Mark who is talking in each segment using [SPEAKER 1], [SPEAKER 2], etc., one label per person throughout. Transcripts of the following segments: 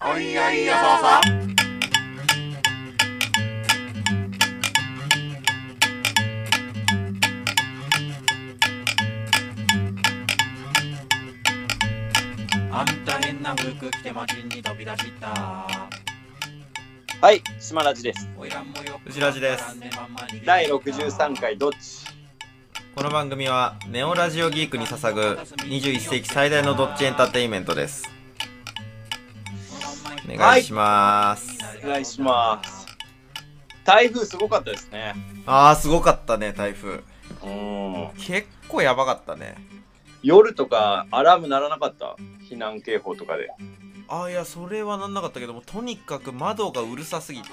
[SPEAKER 1] おいやいやささあんた変な服着て街に飛び出した
[SPEAKER 2] はい、島ラジです。
[SPEAKER 1] おいらんもよく
[SPEAKER 3] 藤ラジです
[SPEAKER 2] 第63回どっち
[SPEAKER 3] この番組はネオラジオギークに捧ぐ21世紀最大のドッジエンターテインメントですお願いします、
[SPEAKER 2] お願いします。台風すごかったですね。
[SPEAKER 3] あーすごかったね台風
[SPEAKER 2] うん。
[SPEAKER 3] 結構やばかったね
[SPEAKER 2] 夜とかアラーム鳴らなかった避難警報とかで。
[SPEAKER 3] あーいやそれはなんなかったけどもとにかく窓がうるさすぎて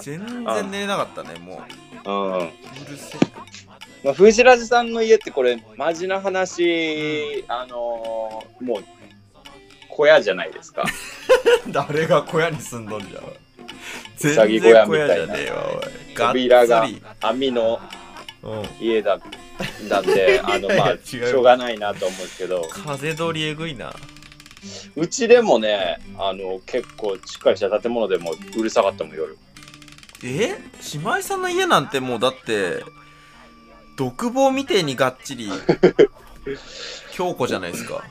[SPEAKER 3] 全然寝れなかったねもう
[SPEAKER 2] うん。
[SPEAKER 3] うるせ
[SPEAKER 2] まあ、藤ラジさんの家ってこれ、マジな話、あのーもう、小屋じゃないですか。
[SPEAKER 3] え 誰が小屋に住んどんじゃん全
[SPEAKER 2] さぎ
[SPEAKER 3] 然
[SPEAKER 2] 小屋み
[SPEAKER 3] 小
[SPEAKER 2] たいな
[SPEAKER 3] 屋じゃねえわおいがっつり
[SPEAKER 2] 扉 が網の
[SPEAKER 3] うん
[SPEAKER 2] 家だったん で、あの、ま
[SPEAKER 3] い
[SPEAKER 2] あ
[SPEAKER 3] や違、う
[SPEAKER 2] しょうがないなと思うんですけど、
[SPEAKER 3] 風通りえぐいな
[SPEAKER 2] うちでもね、あの、結構しっかりした建物でもうるさかったもん、夜。
[SPEAKER 3] え島井さんの家なんてもうだって独房みてえにがっちり強固じゃないですか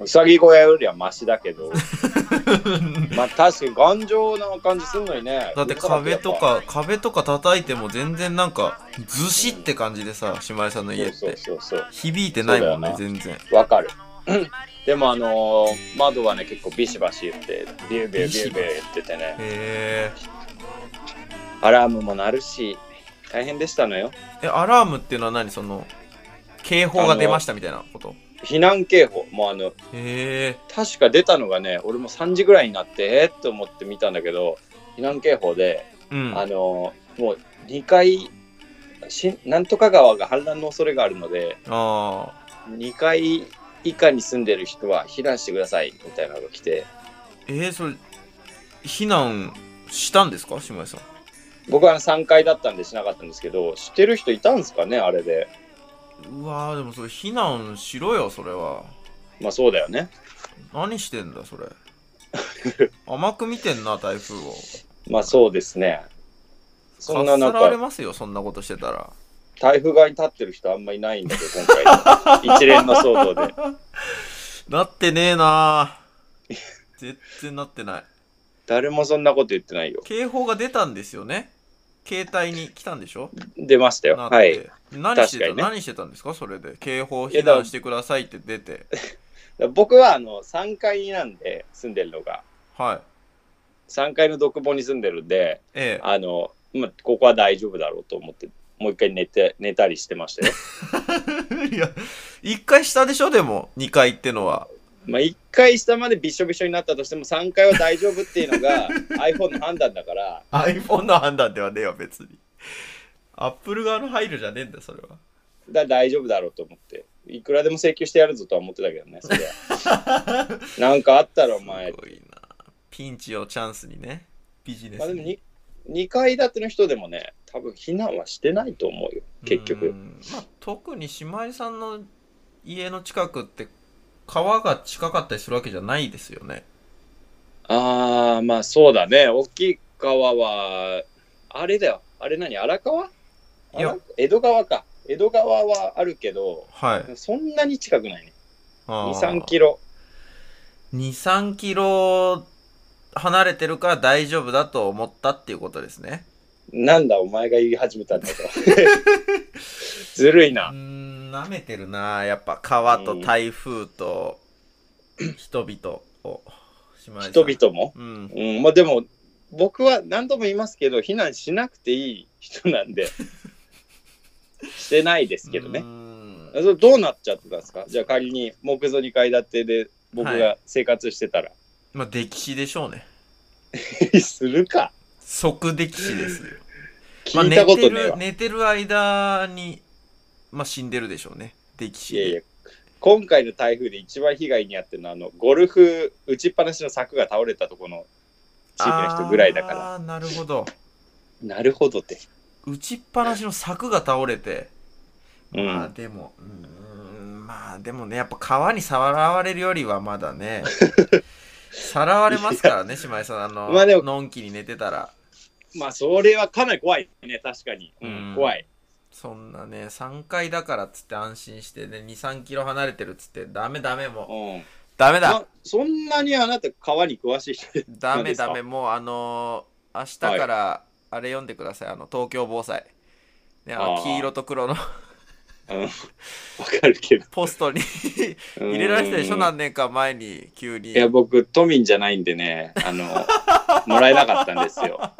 [SPEAKER 2] うさぎ小屋よりはマシだけ ど、まあ確かに頑丈な感じするのにね。
[SPEAKER 3] だって壁と
[SPEAKER 2] う
[SPEAKER 3] か壁とか叩いても全然なんかずしって感じでさ島井さんの
[SPEAKER 2] る
[SPEAKER 3] 家っ
[SPEAKER 2] さかった。
[SPEAKER 3] て
[SPEAKER 2] そうそうそう
[SPEAKER 3] 響いてないもんね
[SPEAKER 2] そ
[SPEAKER 3] 全然
[SPEAKER 2] そう。わかる。 でもあのー窓はね、結構ビシバシ言って、ビュービュービュービュー言っててね、
[SPEAKER 3] へ
[SPEAKER 2] アラームも鳴るし、大変でしたのよ。
[SPEAKER 3] ーえアラームっていうのは何その警報が出ましたみたいなこと
[SPEAKER 2] 避難警報、もうあの、
[SPEAKER 3] へえ
[SPEAKER 2] 確か出たのがね、俺も3時ぐらいになって、えーっと思って見たんだけど、避難警報で、
[SPEAKER 3] うん
[SPEAKER 2] あのーもう2回、しなんとか川が氾濫の恐れがあるので、
[SPEAKER 3] あ
[SPEAKER 2] 2階以下に住んでる人は避難してくださいみたいなのが来て
[SPEAKER 3] ーえー、それ避難したんですか島井さん
[SPEAKER 2] 僕は3階だったんでしなかったんですけど知ってる人いたんですかねあれで
[SPEAKER 3] うわーでもそれ避難しろよそれは
[SPEAKER 2] まあそうだよね
[SPEAKER 3] 何してんだ それ甘く見てんな台風を
[SPEAKER 2] まあそうですねそんな
[SPEAKER 3] かっさらわれ
[SPEAKER 2] 中
[SPEAKER 3] ますよそんなことしてたら
[SPEAKER 2] 台風側に立ってる人あんまいないんだけど今 回一連の騒動で
[SPEAKER 3] なってねえな絶対なってない
[SPEAKER 2] 誰もそんなこと言ってないよ
[SPEAKER 3] 警報が出たんですよね携帯に来たんでしょ
[SPEAKER 2] 出ましたよ
[SPEAKER 3] なって
[SPEAKER 2] はい
[SPEAKER 3] 何し
[SPEAKER 2] 確
[SPEAKER 3] てた、
[SPEAKER 2] かにね
[SPEAKER 3] 何してたんですかそれで警報
[SPEAKER 2] いや
[SPEAKER 3] 避
[SPEAKER 2] だから
[SPEAKER 3] 難してくださいって出て
[SPEAKER 2] 僕はあの3階なんで住んでるのが
[SPEAKER 3] はい
[SPEAKER 2] 3階の独房に住んでるんで
[SPEAKER 3] え
[SPEAKER 2] あの、まあ、ここは大丈夫だろうと思ってもう一回寝て寝たりしてましたよ
[SPEAKER 3] え いや1回下でしょでも2回ってのは
[SPEAKER 2] まあ、1回下までびしょびしょになったとしても3回は大丈夫っていうの が iPhone の判断だから
[SPEAKER 3] iPhone の判断ではねえわ別に Apple 側の配慮じゃねえんだよそれは
[SPEAKER 2] だ大丈夫だろうと思っていくらでも請求してやるぞとは思ってたけどねそれは なんかあったらお前
[SPEAKER 3] すごいなピンチをチャンスにねビジネス
[SPEAKER 2] まあでも
[SPEAKER 3] に
[SPEAKER 2] 2, 2階建ての人でもね多分避難はしてないと思うよ結
[SPEAKER 3] う
[SPEAKER 2] 局
[SPEAKER 3] んまあ、特に姉妹さんの家の近くって川が近かったりするわけじゃないですよね
[SPEAKER 2] ああまあそうだね大きい川はあれだよあれ何荒川
[SPEAKER 3] いや
[SPEAKER 2] 荒江戸川か江戸川はあるけど
[SPEAKER 3] はい
[SPEAKER 2] そんなに近くないね23
[SPEAKER 3] 23
[SPEAKER 2] キロ
[SPEAKER 3] 23キロ離れてるから大丈夫だと思ったっていうことですね
[SPEAKER 2] なんだお前が言い始めたん だと。ずるいうな。
[SPEAKER 3] んなめてるなやっぱ川と台風と人々を姉妹さん
[SPEAKER 2] 人々も。
[SPEAKER 3] うん
[SPEAKER 2] うん、まあでも、僕は何度も言いますけど、避難しなくていい人なん で、してないですけど
[SPEAKER 3] う
[SPEAKER 2] ね。
[SPEAKER 3] ん
[SPEAKER 2] それどうなっちゃってたんですかじゃあ仮に木造2階建てで僕
[SPEAKER 3] は
[SPEAKER 2] が生活してたら。
[SPEAKER 3] まあ歴史でしょうね
[SPEAKER 2] するか。
[SPEAKER 3] 即溺死で すよ。まあ
[SPEAKER 2] 聞いたことねえわ。
[SPEAKER 3] 寝てる寝てる間に、まあ、死んでるでしょうね。溺死
[SPEAKER 2] い
[SPEAKER 3] で。
[SPEAKER 2] やいや、今回の台風で一番被害に遭ってるのは、あの、ゴルフ打ちっぱなしの柵が倒れたところの地域の人ぐらいだから。
[SPEAKER 3] あーなるほど。
[SPEAKER 2] なるほどって。
[SPEAKER 3] 打ちっぱなしの柵が倒れて。
[SPEAKER 2] うん
[SPEAKER 3] まあでも、 うーん、まあでもね、やっぱ川に触られるよりはまだね、さらわれますからね、姉妹さん。あの、
[SPEAKER 2] まあでも
[SPEAKER 3] のんきに寝てたら。
[SPEAKER 2] まあ、それはかなり怖いね、確かに。う
[SPEAKER 3] うん
[SPEAKER 2] ん、怖い。
[SPEAKER 3] そんなね、3階だからっつって安心してね、2、3キロ離れてるっつって、ダメダメ
[SPEAKER 2] う
[SPEAKER 3] もう。
[SPEAKER 2] ん。
[SPEAKER 3] ダメだ
[SPEAKER 2] まそんなにあなた、川に詳しい人で
[SPEAKER 3] ダ
[SPEAKER 2] 何
[SPEAKER 3] メ
[SPEAKER 2] ですか
[SPEAKER 3] ダメもう、あのー明日から、あれ読んでください、あの、東京防災。ね、あ
[SPEAKER 2] あ
[SPEAKER 3] の
[SPEAKER 2] ー
[SPEAKER 3] 黄色と黒の
[SPEAKER 2] うんわかるけど。
[SPEAKER 3] ポスト に
[SPEAKER 2] うん
[SPEAKER 3] 入れられてたでしょ、何年か前に、急に。
[SPEAKER 2] いや、僕、都民じゃないんでね、あの、もらえなかったんですよ。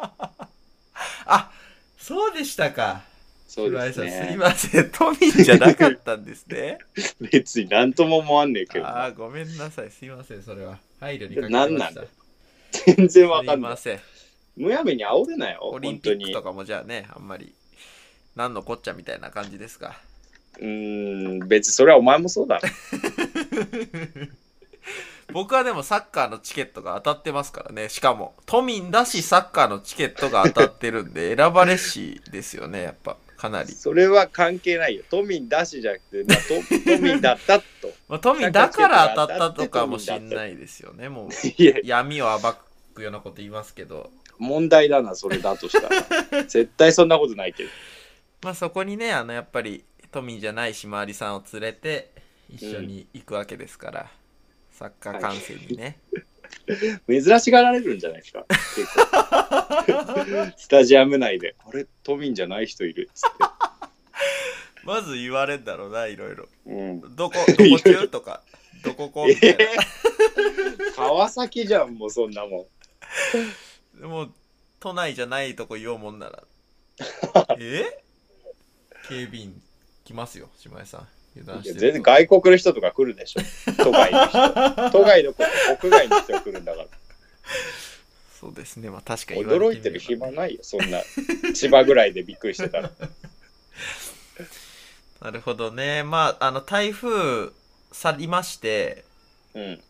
[SPEAKER 3] あ、そうでしたか。
[SPEAKER 2] そうです
[SPEAKER 3] 岩井さんすい
[SPEAKER 2] ね。
[SPEAKER 3] ません、都民じゃなかったんで すね。
[SPEAKER 2] 別になんとも思わんねえけどな、
[SPEAKER 3] ああ、ごめんなさい、すいません、それは。配慮にかけて
[SPEAKER 2] 何
[SPEAKER 3] ま
[SPEAKER 2] なん
[SPEAKER 3] し
[SPEAKER 2] だ
[SPEAKER 3] た。
[SPEAKER 2] よ全然わ
[SPEAKER 3] す
[SPEAKER 2] か
[SPEAKER 3] い
[SPEAKER 2] んな
[SPEAKER 3] ま
[SPEAKER 2] い。
[SPEAKER 3] せん。
[SPEAKER 2] むやみに煽るなよ、
[SPEAKER 3] オリン
[SPEAKER 2] 本
[SPEAKER 3] ピ
[SPEAKER 2] 当
[SPEAKER 3] ック
[SPEAKER 2] に。
[SPEAKER 3] と
[SPEAKER 2] う
[SPEAKER 3] かもじゃあね、あんまり、なんのこっちゃみたいな感じですか。
[SPEAKER 2] ーん、別にそれはお前もそうだろ。
[SPEAKER 3] 僕はでもサッカーのチケットが当たってますからね。しかも、都民だし、サッカーのチケットが当たってるんで、選ばれしですよね、やっぱ、かなり。
[SPEAKER 2] それは関係ないよ。都民だしじゃなくて、まあ、都 都民だったと。
[SPEAKER 3] まあ、都民だから当たったとかもしんないですよね、もう。
[SPEAKER 2] いや、
[SPEAKER 3] 闇を暴くようなこと言いますけど。
[SPEAKER 2] 問題だな、それだとした ら。絶対そんなことないけど。
[SPEAKER 3] まあそこにね、あの、やっぱり、都民じゃないひまわりさんを連れて、一緒に行くわけですから、サッカー観戦にね。
[SPEAKER 2] 珍しがられるんじゃないですか。結 構スタジアム内で、あれ、都民じゃない人いるっつって。
[SPEAKER 3] まず言われんだろうな、いろいろ。
[SPEAKER 2] うん、
[SPEAKER 3] どこ、どこ中とか、どここみたいな。
[SPEAKER 2] 川崎じゃん、もうそんなもん。
[SPEAKER 3] でも、都内じゃないとこ言おうもん なら。え警備員来ますよ、島井さん。油断
[SPEAKER 2] い
[SPEAKER 3] し
[SPEAKER 2] や
[SPEAKER 3] て
[SPEAKER 2] 全然
[SPEAKER 3] ると
[SPEAKER 2] 外国の人とか来るでしょ。都外の人。都外の子、国外の人が来るんだから。
[SPEAKER 3] そうですね、まあ確かに言われみれば
[SPEAKER 2] 驚いてる暇ないよ、そんな。千葉ぐらいでびっくりしてたら。
[SPEAKER 3] なるほどね。まあ、あの、台風去りまして、
[SPEAKER 2] うん。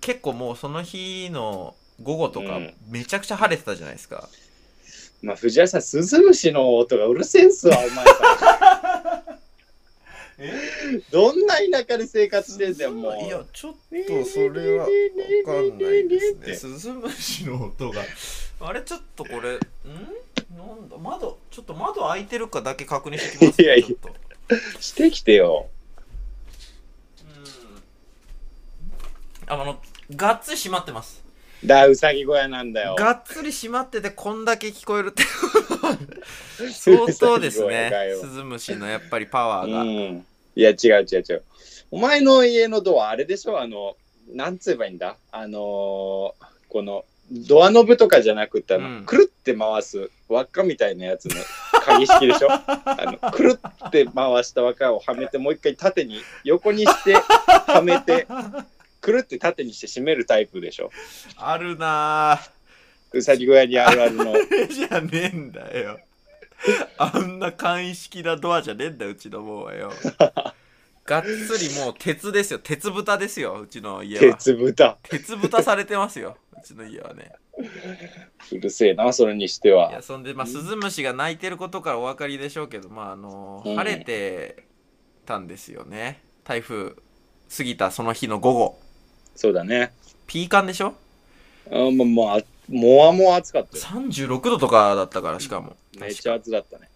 [SPEAKER 3] 結構もうその日の午後とか
[SPEAKER 2] うん
[SPEAKER 3] めちゃくちゃ晴れてたじゃないですか、
[SPEAKER 2] まあ、藤原さん、スズムシの音がうるせえんすわ、お前さん。どんな田舎で生活してんだよ、も
[SPEAKER 3] いや
[SPEAKER 2] う。
[SPEAKER 3] ちょっとそれはわかんないですね スズムシの音が あれちょっとこれんなんだ窓ちょっと窓開いてるかだけ確認してきますね
[SPEAKER 2] いやいや
[SPEAKER 3] ちょっと
[SPEAKER 2] してきてよ。
[SPEAKER 3] うんあのがっつり閉まってます
[SPEAKER 2] だ、うさぎ小屋なんだよ。
[SPEAKER 3] がっつり閉まっててこんだけ聞こえるって 相当です
[SPEAKER 2] うさぎ小
[SPEAKER 3] ね
[SPEAKER 2] 屋がよ
[SPEAKER 3] スズムシのやっぱりパワー
[SPEAKER 2] う
[SPEAKER 3] が、
[SPEAKER 2] ん。いや、違う違う違う。お前の家のドア、あれでしょあの、なんつえばいいんだあのーこの、ドアノブとかじゃなくて、あの、
[SPEAKER 3] うん
[SPEAKER 2] くるって回す輪っかみたいなやつの鍵式で しょあの、くるって回した輪っかをはめて、もう一回縦に、横にして、はめて、くるって縦にして締めるタイプでしょ
[SPEAKER 3] あるなぁ
[SPEAKER 2] うさぎ小屋にあるあるの。
[SPEAKER 3] じゃねえんだよ。 あんな簡易式なドアじゃねえんだよ、うちのもうは よ。がっつりもう鉄ですよ、鉄蓋ですよ、うちの家は。
[SPEAKER 2] 鉄豚。
[SPEAKER 3] 鉄蓋されてますよ、うちの家はね。
[SPEAKER 2] うるせえな、それにして
[SPEAKER 3] い
[SPEAKER 2] は。
[SPEAKER 3] や、そんで、まあ、スズムシが鳴いてることからお分かりでしょうけど、まあ、あの
[SPEAKER 2] うん
[SPEAKER 3] 晴れてたんですよね。台風過ぎたその日の午後。
[SPEAKER 2] そうだね。
[SPEAKER 3] ピーカンでしょ
[SPEAKER 2] あもう、もうあ、もわもわ暑かったよ。
[SPEAKER 3] ?36 度とかだったから、しかも。
[SPEAKER 2] めっちゃ暑かったね。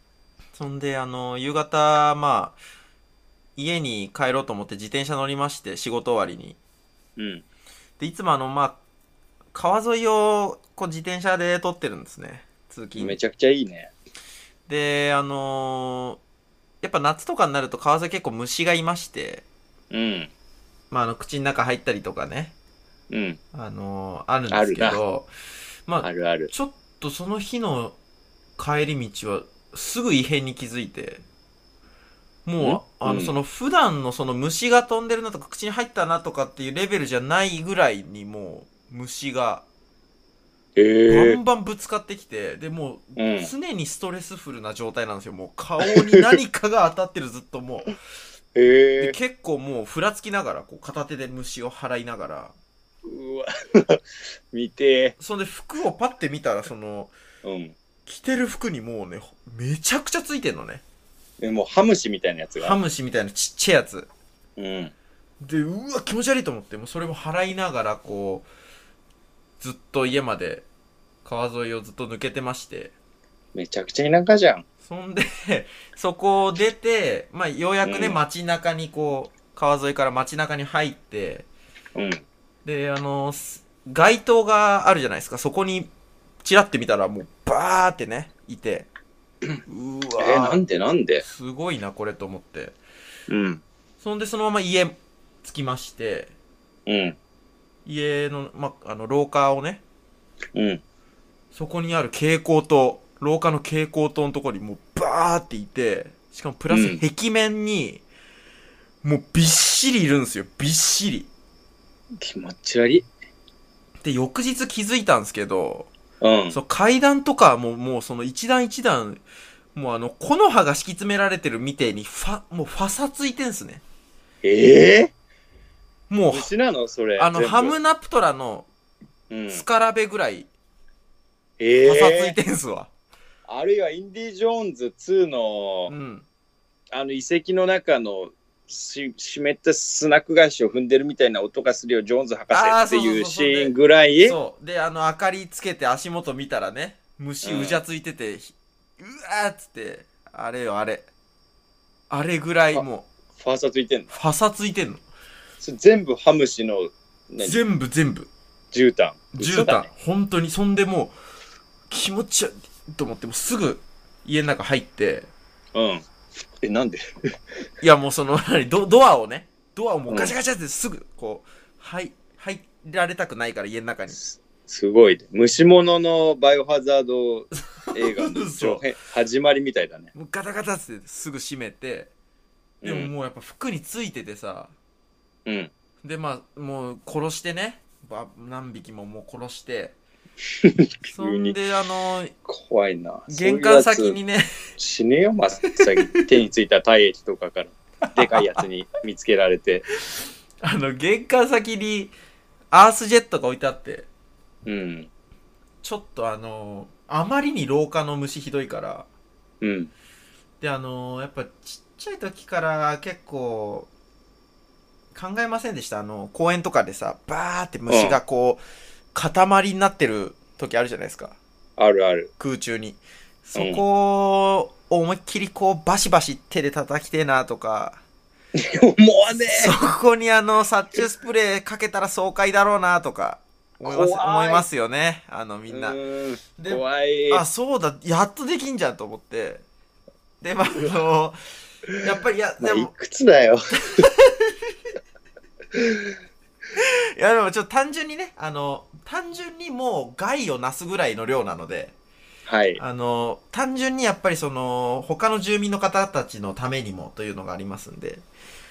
[SPEAKER 3] そんで、あの、夕方、まあ、家に帰ろうと思って自転車乗りまして、仕事終わりに。
[SPEAKER 2] うん。
[SPEAKER 3] で、いつもあの、まあ、川沿いを、こう、自転車で撮ってるんですね。通
[SPEAKER 2] め
[SPEAKER 3] 勤。
[SPEAKER 2] ちゃくちゃいいね。
[SPEAKER 3] で、あのーやっぱ夏とかになると川沿い結構虫がいまして、
[SPEAKER 2] うん。
[SPEAKER 3] まあ、あの、口の中入ったりとかね、
[SPEAKER 2] うん。
[SPEAKER 3] あのーあるんですけ
[SPEAKER 2] ある
[SPEAKER 3] ど、ま
[SPEAKER 2] あ
[SPEAKER 3] あ、
[SPEAKER 2] るある。
[SPEAKER 3] ちょっとその日の帰り道はすぐ異変に気づいて、もう、
[SPEAKER 2] ん
[SPEAKER 3] あの、
[SPEAKER 2] うん
[SPEAKER 3] その普段のその虫が飛んでるなとか口に入ったなとかっていうレベルじゃないぐらいにもう虫が
[SPEAKER 2] へ
[SPEAKER 3] バ
[SPEAKER 2] え
[SPEAKER 3] ンバンぶつかってきて、で、もう
[SPEAKER 2] うん
[SPEAKER 3] 常にストレスフルな状態なんですよ。もう顔に何かが当たってるずっともう。
[SPEAKER 2] へ
[SPEAKER 3] で
[SPEAKER 2] え
[SPEAKER 3] 結構もうふらつきながら、こう片手で虫を払いながら、
[SPEAKER 2] うわ。 見て
[SPEAKER 3] そんで服をパッて見たらその、
[SPEAKER 2] ー。うん。
[SPEAKER 3] 着てる服にもうね、めちゃくちゃついてんのね。
[SPEAKER 2] でも、ハムシみたいなやつ
[SPEAKER 3] ハ
[SPEAKER 2] が。
[SPEAKER 3] ムシみたいなちっちゃいやつ
[SPEAKER 2] うん。
[SPEAKER 3] でうわ気持ち悪いと思ってもうそれも払いながらこうずっと家まで川沿いをずっと抜けてまして
[SPEAKER 2] めちゃくちゃ田舎じゃん。
[SPEAKER 3] そんで そこを出て、まあ、ようやくね、
[SPEAKER 2] うん
[SPEAKER 3] 街中にこう川沿いから街中に入って
[SPEAKER 2] うん。
[SPEAKER 3] であのす街灯があるじゃないですかそこにチラって見たらもうバーってねいてうわ
[SPEAKER 2] え、な
[SPEAKER 3] ー
[SPEAKER 2] んでなんです
[SPEAKER 3] ごいなこれと思って
[SPEAKER 2] うん。
[SPEAKER 3] そんでそのまま家着きまして
[SPEAKER 2] うん。
[SPEAKER 3] 家の,、ま、あの廊下をね
[SPEAKER 2] うん。
[SPEAKER 3] そこにある蛍光灯廊下の蛍光灯のところにもうバーっていてしかもプラ
[SPEAKER 2] う
[SPEAKER 3] ス
[SPEAKER 2] ん
[SPEAKER 3] 壁面に、もうびっしりいるんですよびっしり
[SPEAKER 2] 気持ち悪い。
[SPEAKER 3] で翌日気づいたんですけど、
[SPEAKER 2] うん。
[SPEAKER 3] その階段とかももうその一段一段もうあの木の葉が敷き詰められてるみてえにファもうファサついてんすね
[SPEAKER 2] ええ
[SPEAKER 3] もう
[SPEAKER 2] 虫なのそれ。
[SPEAKER 3] あの
[SPEAKER 2] 全部
[SPEAKER 3] ハム、ナプトラの
[SPEAKER 2] うん、
[SPEAKER 3] スカラベぐらい
[SPEAKER 2] え
[SPEAKER 3] パサつい
[SPEAKER 2] え
[SPEAKER 3] てんすわ、
[SPEAKER 2] あるいはインディ・ジョーンズ2の、
[SPEAKER 3] うん
[SPEAKER 2] あの遺跡の中のし湿ったスナック菓子を踏んでるみたいな音がするよ、ジョーンズ博士ってい
[SPEAKER 3] あーそうそうそう
[SPEAKER 2] う
[SPEAKER 3] そう
[SPEAKER 2] シーンぐらい。
[SPEAKER 3] そうであの明かりつけて足元見たらね虫
[SPEAKER 2] うん
[SPEAKER 3] うじゃついてて、ひうわーっつってあれよあれあれぐらい
[SPEAKER 2] あ
[SPEAKER 3] もう
[SPEAKER 2] ファーサついてんの。
[SPEAKER 3] ファサついてんの
[SPEAKER 2] それ全部ハムシの、何
[SPEAKER 3] 全部全部
[SPEAKER 2] 絨毯。
[SPEAKER 3] 絨
[SPEAKER 2] 嘘だ
[SPEAKER 3] 毯
[SPEAKER 2] ね。
[SPEAKER 3] 本当にそんでもう気持ち悪いと思ってもうすぐ家の中入って
[SPEAKER 2] うん。え、なんで
[SPEAKER 3] いやもうその 何ドドアをねドアをもうガチャガチャってすぐこう入入られたくないから家の中に
[SPEAKER 2] すすごいね。虫物のバイオハザード映画 の
[SPEAKER 3] そ
[SPEAKER 2] 上
[SPEAKER 3] う
[SPEAKER 2] 編始まりみたいだね。
[SPEAKER 3] もうガタガタっつってすぐ閉めてでも
[SPEAKER 2] うん
[SPEAKER 3] もうやっぱ服についててさ
[SPEAKER 2] うん。
[SPEAKER 3] でまあもう殺してねば何匹ももう殺して そんであの
[SPEAKER 2] 怖いな。
[SPEAKER 3] 玄関先
[SPEAKER 2] そういうや
[SPEAKER 3] にね
[SPEAKER 2] つ。死ねよ、まっ先。手についた体液とかから。でかいやつに見つけられて。
[SPEAKER 3] あの玄関先にアースジェットが置いてあって
[SPEAKER 2] うん。
[SPEAKER 3] ちょっとあのあまりに廊下の虫ひどいから
[SPEAKER 2] うん。
[SPEAKER 3] であのやっぱちっちゃい時から結構考えませんでしたあの公園とかでさバーって虫がこう、塊になってる時あるじゃないですか
[SPEAKER 2] あるある。
[SPEAKER 3] 空中にそこを思いっきりこうバシバシ手で叩きてえなとか
[SPEAKER 2] 思わねえ
[SPEAKER 3] そこにあの殺虫スプレーかけたら爽快だろうなとか思います
[SPEAKER 2] 怖い
[SPEAKER 3] 思いますよねあのみんな
[SPEAKER 2] うーん
[SPEAKER 3] で
[SPEAKER 2] 怖い。
[SPEAKER 3] あそうだやっとできんじゃんと思ってでまああのやっぱりいや
[SPEAKER 2] まあ、
[SPEAKER 3] で
[SPEAKER 2] い
[SPEAKER 3] も
[SPEAKER 2] くつだよ。
[SPEAKER 3] いやでもちょっと単純にねあの単純にもう害をなすぐらいの量なので
[SPEAKER 2] はい。
[SPEAKER 3] あの単純にやっぱりその他の住民の方たちのためにもというのがありますんで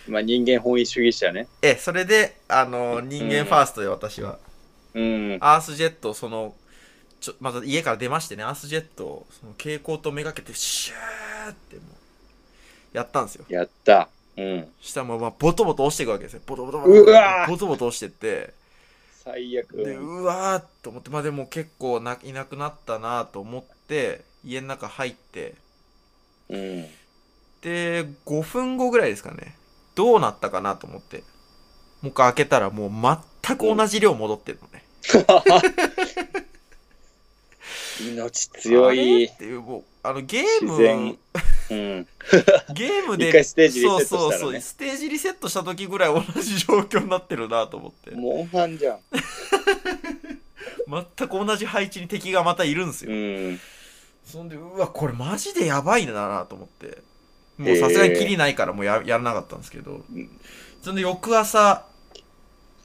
[SPEAKER 2] まあ、人間本位主義者ね。
[SPEAKER 3] ええそれであの人間ファーストで私は、
[SPEAKER 2] うん。
[SPEAKER 3] アースジェットをそのちょまず家から出ましてねアースジェットをその蛍光灯めがけてシューってもうやったんですよ
[SPEAKER 2] やった。うん。
[SPEAKER 3] 下もまあボトボト押していくわけですよボトボトボトボ
[SPEAKER 2] うわー
[SPEAKER 3] トボトボト押してって
[SPEAKER 2] 最悪。
[SPEAKER 3] で
[SPEAKER 2] うん
[SPEAKER 3] うわーっと思ってまあでも結構ないなくなったなと思って家の中入って
[SPEAKER 2] うん。
[SPEAKER 3] で5分後ぐらいですかねどうなったかなと思ってもう一回開けたらもう全く同じ量戻ってるのね
[SPEAKER 2] 命強
[SPEAKER 3] あれ
[SPEAKER 2] い
[SPEAKER 3] っ。ていうもうあのゲー
[SPEAKER 2] 自然
[SPEAKER 3] ム。
[SPEAKER 2] うん。
[SPEAKER 3] ゲームで
[SPEAKER 2] 一回ステージリセットしたらね
[SPEAKER 3] そうそうそうステージリセットした時ぐらい同じ状況になってるなと思って
[SPEAKER 2] モンハンじゃん。
[SPEAKER 3] 全く同じ配置に敵がまたいるんですよ、
[SPEAKER 2] うん。
[SPEAKER 3] そんでうわこれマジでやばいななと思ってもうさすがにキリないからもうややらなかったんですけど、
[SPEAKER 2] うん
[SPEAKER 3] そんで翌朝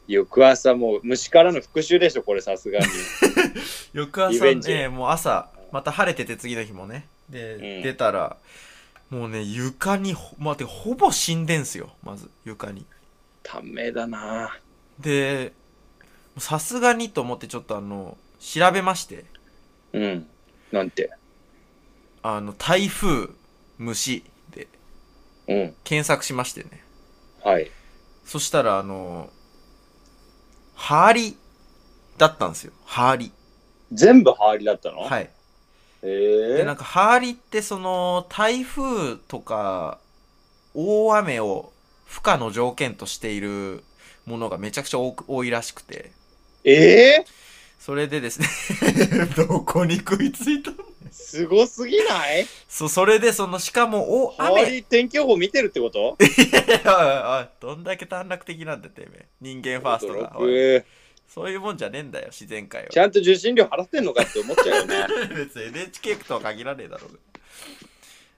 [SPEAKER 2] 翌朝もう虫からの復讐でしょ、これさす がに。
[SPEAKER 3] 翌
[SPEAKER 2] リ
[SPEAKER 3] 朝
[SPEAKER 2] ベンジ
[SPEAKER 3] ねもう朝また晴れてて次の日もねで、
[SPEAKER 2] うん
[SPEAKER 3] 出たらもうね床にほ,、まあ、てかほぼ死んでんすよまず床に
[SPEAKER 2] ためだな
[SPEAKER 3] でさすがにと思ってちょっとあの調べまして
[SPEAKER 2] うん。なんて。
[SPEAKER 3] あの、台風、虫で
[SPEAKER 2] うん。
[SPEAKER 3] 検索しましてね。
[SPEAKER 2] はい。
[SPEAKER 3] そしたら、あの、ハーリだったんですよ。ハーリ。
[SPEAKER 2] 全部ハーリだったのい。
[SPEAKER 3] はい。
[SPEAKER 2] え
[SPEAKER 3] で、
[SPEAKER 2] ー
[SPEAKER 3] なんか、ハーリってその、台風とか、大雨を負荷の条件としているものがめちゃくちゃ多く多いらしくて、
[SPEAKER 2] え
[SPEAKER 3] それでですね どこに食いついたの
[SPEAKER 2] すごすぎない
[SPEAKER 3] そうそれでそのしかもお
[SPEAKER 2] 周
[SPEAKER 3] 雨い
[SPEAKER 2] り天気予報見てるってこと
[SPEAKER 3] やいやいやどんだけ短絡的なんだてめえ人間ファーストがおい
[SPEAKER 2] 驚く
[SPEAKER 3] そういうもんじゃねえんだよ自然界 は
[SPEAKER 2] ちゃんと受信料払ってんのかって思っちゃうよね
[SPEAKER 3] 別に NHK とは限らねえだろうが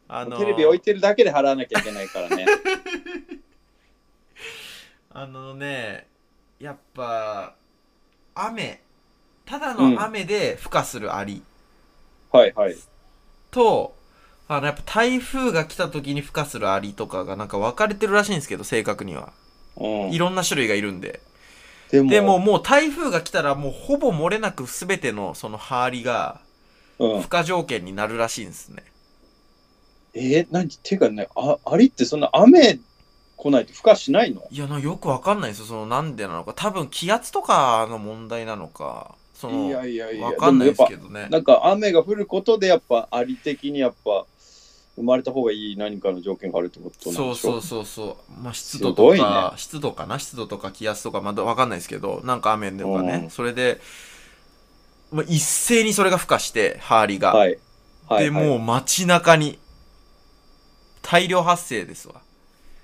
[SPEAKER 3] あの
[SPEAKER 2] テレビ置いてるだけで払わなきゃいけないからね
[SPEAKER 3] あのねやっぱ雨ただ
[SPEAKER 2] うん
[SPEAKER 3] の雨で孵化するアリ
[SPEAKER 2] はいはい
[SPEAKER 3] と、あのやっぱ台風が来た時に孵化するアリとかがなんか分かれてるらしいんですけど正確には
[SPEAKER 2] うん
[SPEAKER 3] いろんな種類がいるんで
[SPEAKER 2] でも
[SPEAKER 3] でももう台風が来たらもうほぼ漏れなく全てのそのハアリが
[SPEAKER 2] うん
[SPEAKER 3] 孵化条件になるらしいんですね
[SPEAKER 2] えー、何ていうかねあアリってそんな雨来ないと孵化しないの
[SPEAKER 3] いやなよく分かんないですよそのなんでなのか多分気圧とかの問題なのかその
[SPEAKER 2] いやいやいや
[SPEAKER 3] 分かんないです
[SPEAKER 2] でもやっ
[SPEAKER 3] けどね
[SPEAKER 2] ぱなんか雨が降ることでやっぱアリ的にやっぱ生まれた方がいい何かの条件があるってことなん
[SPEAKER 3] そ
[SPEAKER 2] で
[SPEAKER 3] う
[SPEAKER 2] しょ
[SPEAKER 3] そうそうそう、まあ、湿度
[SPEAKER 2] す
[SPEAKER 3] と
[SPEAKER 2] ごいね
[SPEAKER 3] か、湿度かな湿度とか気圧とかまだわかんないですけどなんか雨とかね、
[SPEAKER 2] うん
[SPEAKER 3] それで、まあ、一斉にそれが孵化してハーリが、
[SPEAKER 2] はいはい
[SPEAKER 3] で
[SPEAKER 2] はい
[SPEAKER 3] もう街中に大量発生ですわ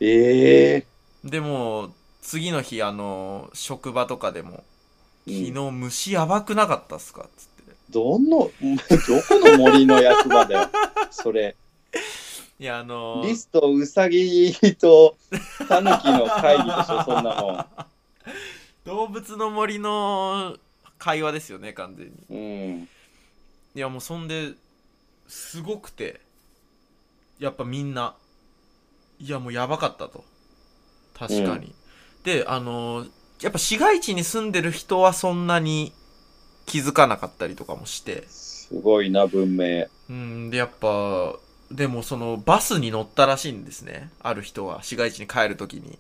[SPEAKER 2] え
[SPEAKER 3] でもう次の日あの職場とかでも「
[SPEAKER 2] え
[SPEAKER 3] 昨日
[SPEAKER 2] ーうん、
[SPEAKER 3] 虫やばくなかったっすか?」っつって
[SPEAKER 2] どの どこの森の役場だよそれ
[SPEAKER 3] いやあの
[SPEAKER 2] リスとウサギとタヌキの会議でし ょそんなの
[SPEAKER 3] 動物の森の会話ですよね完全に
[SPEAKER 2] うん
[SPEAKER 3] いやもうそんですごくてやっぱみんないやもうやばかったと確かに、であのーやっぱ市街地に住んでる人はそんなに気づかなかったりとかもして
[SPEAKER 2] すごいな文明
[SPEAKER 3] うんでやっぱでもそのバスに乗ったらしいんですねある人は市街地に帰るときに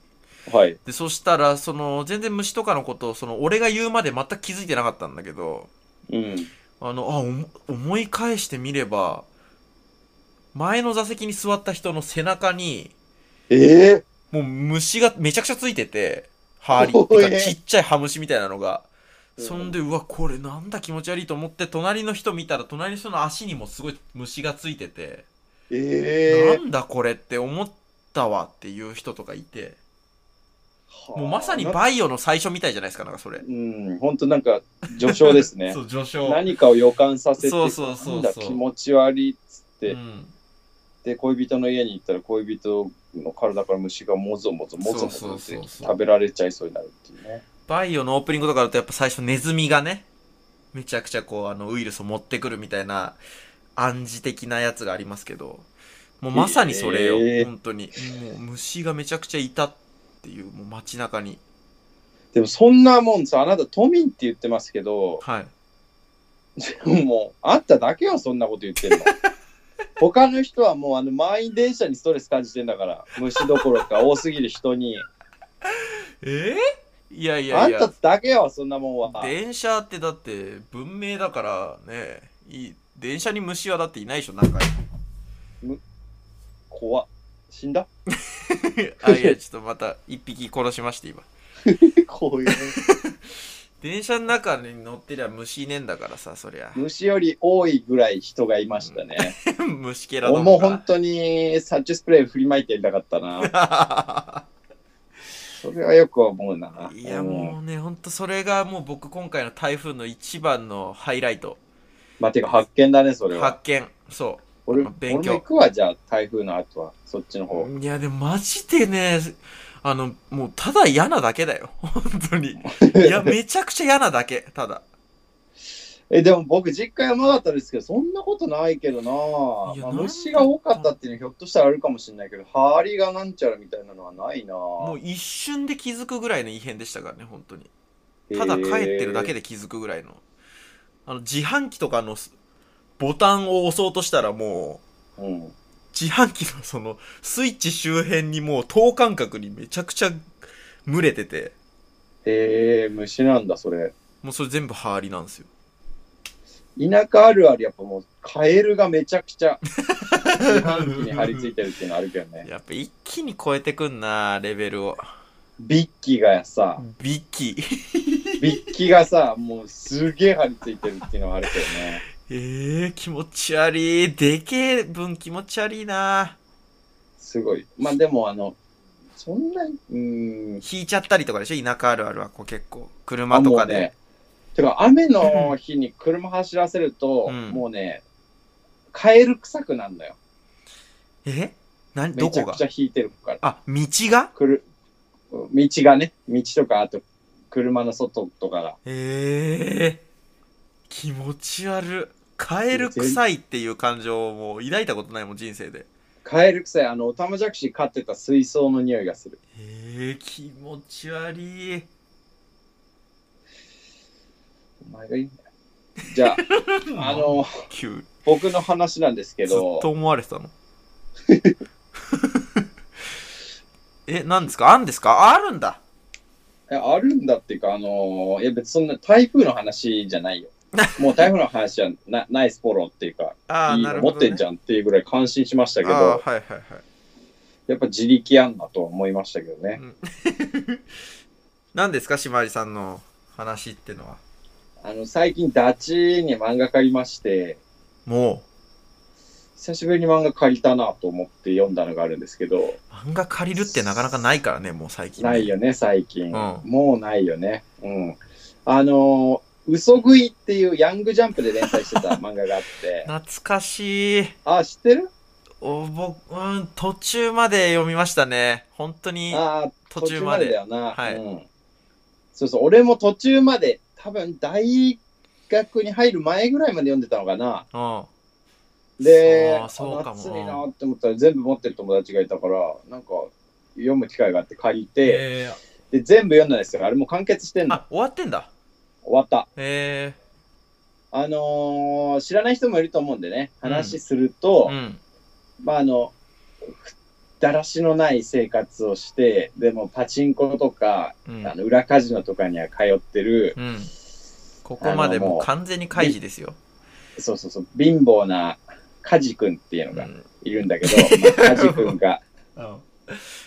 [SPEAKER 2] はい
[SPEAKER 3] でそしたらその全然虫とかのことをその俺が言うまで全く気づいてなかったんだけど
[SPEAKER 2] うん
[SPEAKER 3] あのあおも思い返してみれば前の座席に座った人の背中に
[SPEAKER 2] ええ
[SPEAKER 3] もう虫がめちゃくちゃついててハーリ
[SPEAKER 2] おい
[SPEAKER 3] てかちっちゃいハムシみたいなのが、そんでうわこれなんだ気持ち悪いと思って隣の人見たら隣の人の足にもすごい虫がついてて、
[SPEAKER 2] ええ
[SPEAKER 3] なんだこれって思ったわっていう人とかいてもうまさに
[SPEAKER 2] はあ
[SPEAKER 3] バイオの最初みたいじゃないですかなんかそれ、
[SPEAKER 2] うん、本当なんか序章ですね
[SPEAKER 3] そ。う序章
[SPEAKER 2] 何かを予感させて、
[SPEAKER 3] そうそうそうそう
[SPEAKER 2] なんだ気持ち悪いっつっ
[SPEAKER 3] う
[SPEAKER 2] て、
[SPEAKER 3] ん
[SPEAKER 2] で、恋人の家に行ったら恋人の体から虫がもぞもぞもぞも
[SPEAKER 3] そ
[SPEAKER 2] ぞ
[SPEAKER 3] う
[SPEAKER 2] っ
[SPEAKER 3] そう
[SPEAKER 2] て
[SPEAKER 3] そうそう
[SPEAKER 2] 食べられちゃいそうになるっていうね。
[SPEAKER 3] バイオのオープニングとかだとやっぱ最初ネズミがね、めちゃくちゃこうあのウイルスを持ってくるみたいな暗示的なやつがありますけど、もうまさにそれよ、
[SPEAKER 2] えー
[SPEAKER 3] 本当に。もう虫がめちゃくちゃいたっていう、もう街中に。
[SPEAKER 2] でもそんなもんさ、あなた都民って言ってますけど、
[SPEAKER 3] は い。
[SPEAKER 2] もうあんただけはそんなこと言 ってるの。他の人はもうあの満員電車にストレス感じてんだから、虫どころか多すぎる人に。
[SPEAKER 3] えー、いやいや
[SPEAKER 2] あ
[SPEAKER 3] い
[SPEAKER 2] んた
[SPEAKER 3] や、
[SPEAKER 2] だけはそんなもんは。
[SPEAKER 3] 電車ってだって文明だからね、いい電車に虫はだっていないでしょ、中に。
[SPEAKER 2] 怖っ死 んだ
[SPEAKER 3] あ、いや、ちょっとまた一匹殺しまして、今。
[SPEAKER 2] こういうね。
[SPEAKER 3] 電車の中に乗ってりゃ虫いねえんだからさ、そりゃ。
[SPEAKER 2] 虫より多いぐらい人がいましたね。
[SPEAKER 3] 虫けらだ
[SPEAKER 2] 俺
[SPEAKER 3] ん
[SPEAKER 2] もう
[SPEAKER 3] か
[SPEAKER 2] 本当に殺虫スプレー振りまいてやりたかったな。 それはよく思うな。
[SPEAKER 3] いやもうね、ほんとそれがもう僕今回の台風の一番のハイライト。
[SPEAKER 2] まあ、てか発見だね、それは。
[SPEAKER 3] 発見。そ
[SPEAKER 2] 俺
[SPEAKER 3] まあ
[SPEAKER 2] 俺
[SPEAKER 3] 勉
[SPEAKER 2] も
[SPEAKER 3] 強
[SPEAKER 2] 行くわ、じゃあ、台風の後は、そっちの方。
[SPEAKER 3] う。いやでもマジでね、あの、もうただ嫌なだけだよ。 本 当に。いや、めちゃくちゃ嫌なだけ。ただ。
[SPEAKER 2] え、でも僕、実家山だったんですけど、そんなことないけどない
[SPEAKER 3] や
[SPEAKER 2] まあ
[SPEAKER 3] なん
[SPEAKER 2] 虫が多かったっていうのはひょっとしたらあるかもしれないけど、ハリがなんちゃらみたいなのはないな
[SPEAKER 3] もう一瞬で気づくぐらいの異変でしたからね、本当に。ただ帰ってるだけ
[SPEAKER 2] で。
[SPEAKER 3] で気づくぐらいの。あの、自販機とかのすボタンを押そうとしたらもう、
[SPEAKER 2] うん。
[SPEAKER 3] 自販機のそのスイッチ周辺にもう等間隔にめちゃくちゃ群れてて
[SPEAKER 2] えー、虫なんだ、それ。
[SPEAKER 3] もうそれ全部ハーリなんですよ
[SPEAKER 2] 田舎あるある、やっぱもう、カエルがめちゃくち ゃ、自販機に張り付いてるっていうのあるけどね。
[SPEAKER 3] やっぱ一気に超えてくんなレベルを
[SPEAKER 2] ビッキーがさ、
[SPEAKER 3] ビッキー
[SPEAKER 2] ビッキがさ、もうすげえ張り付いてるっていうのはあるけどね。
[SPEAKER 3] ええ気持ち悪い。でけえ分気持ち悪いな。
[SPEAKER 2] すごい。まあでもあの、そんな、うーん。
[SPEAKER 3] 引いちゃったりとかでしょ田舎あるあるはこう結構。車とかで。
[SPEAKER 2] あもうねてか雨の日に車走らせると、
[SPEAKER 3] うん
[SPEAKER 2] もうね、カエル臭くなるのよ。
[SPEAKER 3] え何ど
[SPEAKER 2] めち
[SPEAKER 3] こ
[SPEAKER 2] ゃ
[SPEAKER 3] が
[SPEAKER 2] くちゃ引いてるから。
[SPEAKER 3] あ、道が
[SPEAKER 2] くる道がね、道とか、あと車の外とかが。
[SPEAKER 3] ええ気持ち悪い。カエル臭いっていう感情をもう抱いたことないもん、人生で。
[SPEAKER 2] カエル臭い、あの、オタマジャクシ飼ってた水槽の匂いがする。
[SPEAKER 3] ええ気持ち悪い。
[SPEAKER 2] お前がいいんだよ。じゃ あ、あ、の、
[SPEAKER 3] 急。
[SPEAKER 2] 僕の話なんですけ
[SPEAKER 3] ずっ
[SPEAKER 2] ど
[SPEAKER 3] と、思われてたの。 え、何ですかあんですかあるんだ。
[SPEAKER 2] えあるんだっていうか、あの、いや別にそんな台風の話じゃないよ。もう台風の話はなナイスフォローっていうか、
[SPEAKER 3] ああ、
[SPEAKER 2] いい
[SPEAKER 3] な
[SPEAKER 2] の
[SPEAKER 3] る
[SPEAKER 2] 持
[SPEAKER 3] ほ
[SPEAKER 2] っ
[SPEAKER 3] ど、
[SPEAKER 2] て
[SPEAKER 3] ね。
[SPEAKER 2] んじゃんっていうぐらい感心しましたけ
[SPEAKER 3] ああ
[SPEAKER 2] ど、
[SPEAKER 3] ー、はいはいはい。
[SPEAKER 2] やっぱ自力あんなとは思いましたけどね。
[SPEAKER 3] 何ですかしまりさんの話ってのは。
[SPEAKER 2] あの、最近ダチに漫画借りまして、
[SPEAKER 3] も
[SPEAKER 2] 久しぶりに漫画借りたなと思って読んだのがあるんですけど、
[SPEAKER 3] う、漫画借りるってなかなかないからね、もう最近。
[SPEAKER 2] ない
[SPEAKER 3] よ。
[SPEAKER 2] よね、最近。
[SPEAKER 3] う
[SPEAKER 2] もうないよね。うん。あのー、嘘食いっていうヤングジャンプで連載してた漫画があ って、
[SPEAKER 3] 懐かしい。
[SPEAKER 2] あ、知ってる
[SPEAKER 3] おぼうん、途中まで読みましたね。本当に。
[SPEAKER 2] あー
[SPEAKER 3] 途中まで
[SPEAKER 2] だよな。
[SPEAKER 3] はい
[SPEAKER 2] うん。そうそう、俺も途中まで、多分大学に入る前ぐらいまで読んでたのかな。
[SPEAKER 3] うん。
[SPEAKER 2] で、
[SPEAKER 3] そうそうかも
[SPEAKER 2] あ夏いなって思ったら全部持ってる友達がいたから、なんか読む機会があって借りて、
[SPEAKER 3] えー
[SPEAKER 2] で、全部読んだんですよ。あれもう完結してんの。
[SPEAKER 3] あ、終わってんだ。
[SPEAKER 2] 終わった。
[SPEAKER 3] え
[SPEAKER 2] あのー知らない人もいると思うんでね、
[SPEAKER 3] うん
[SPEAKER 2] 話すると
[SPEAKER 3] ー、、うん。
[SPEAKER 2] まああの、だらしのない生活をして、でもパチンコとか、
[SPEAKER 3] うん
[SPEAKER 2] あ。の裏カジノとかには通ってる、
[SPEAKER 3] うん。ここまでもう完全に開示ですよ。
[SPEAKER 2] そうそうそう、貧乏なカジ君っていう
[SPEAKER 3] う
[SPEAKER 2] のが
[SPEAKER 3] ん。
[SPEAKER 2] いるんだけど、まあ、カジ君が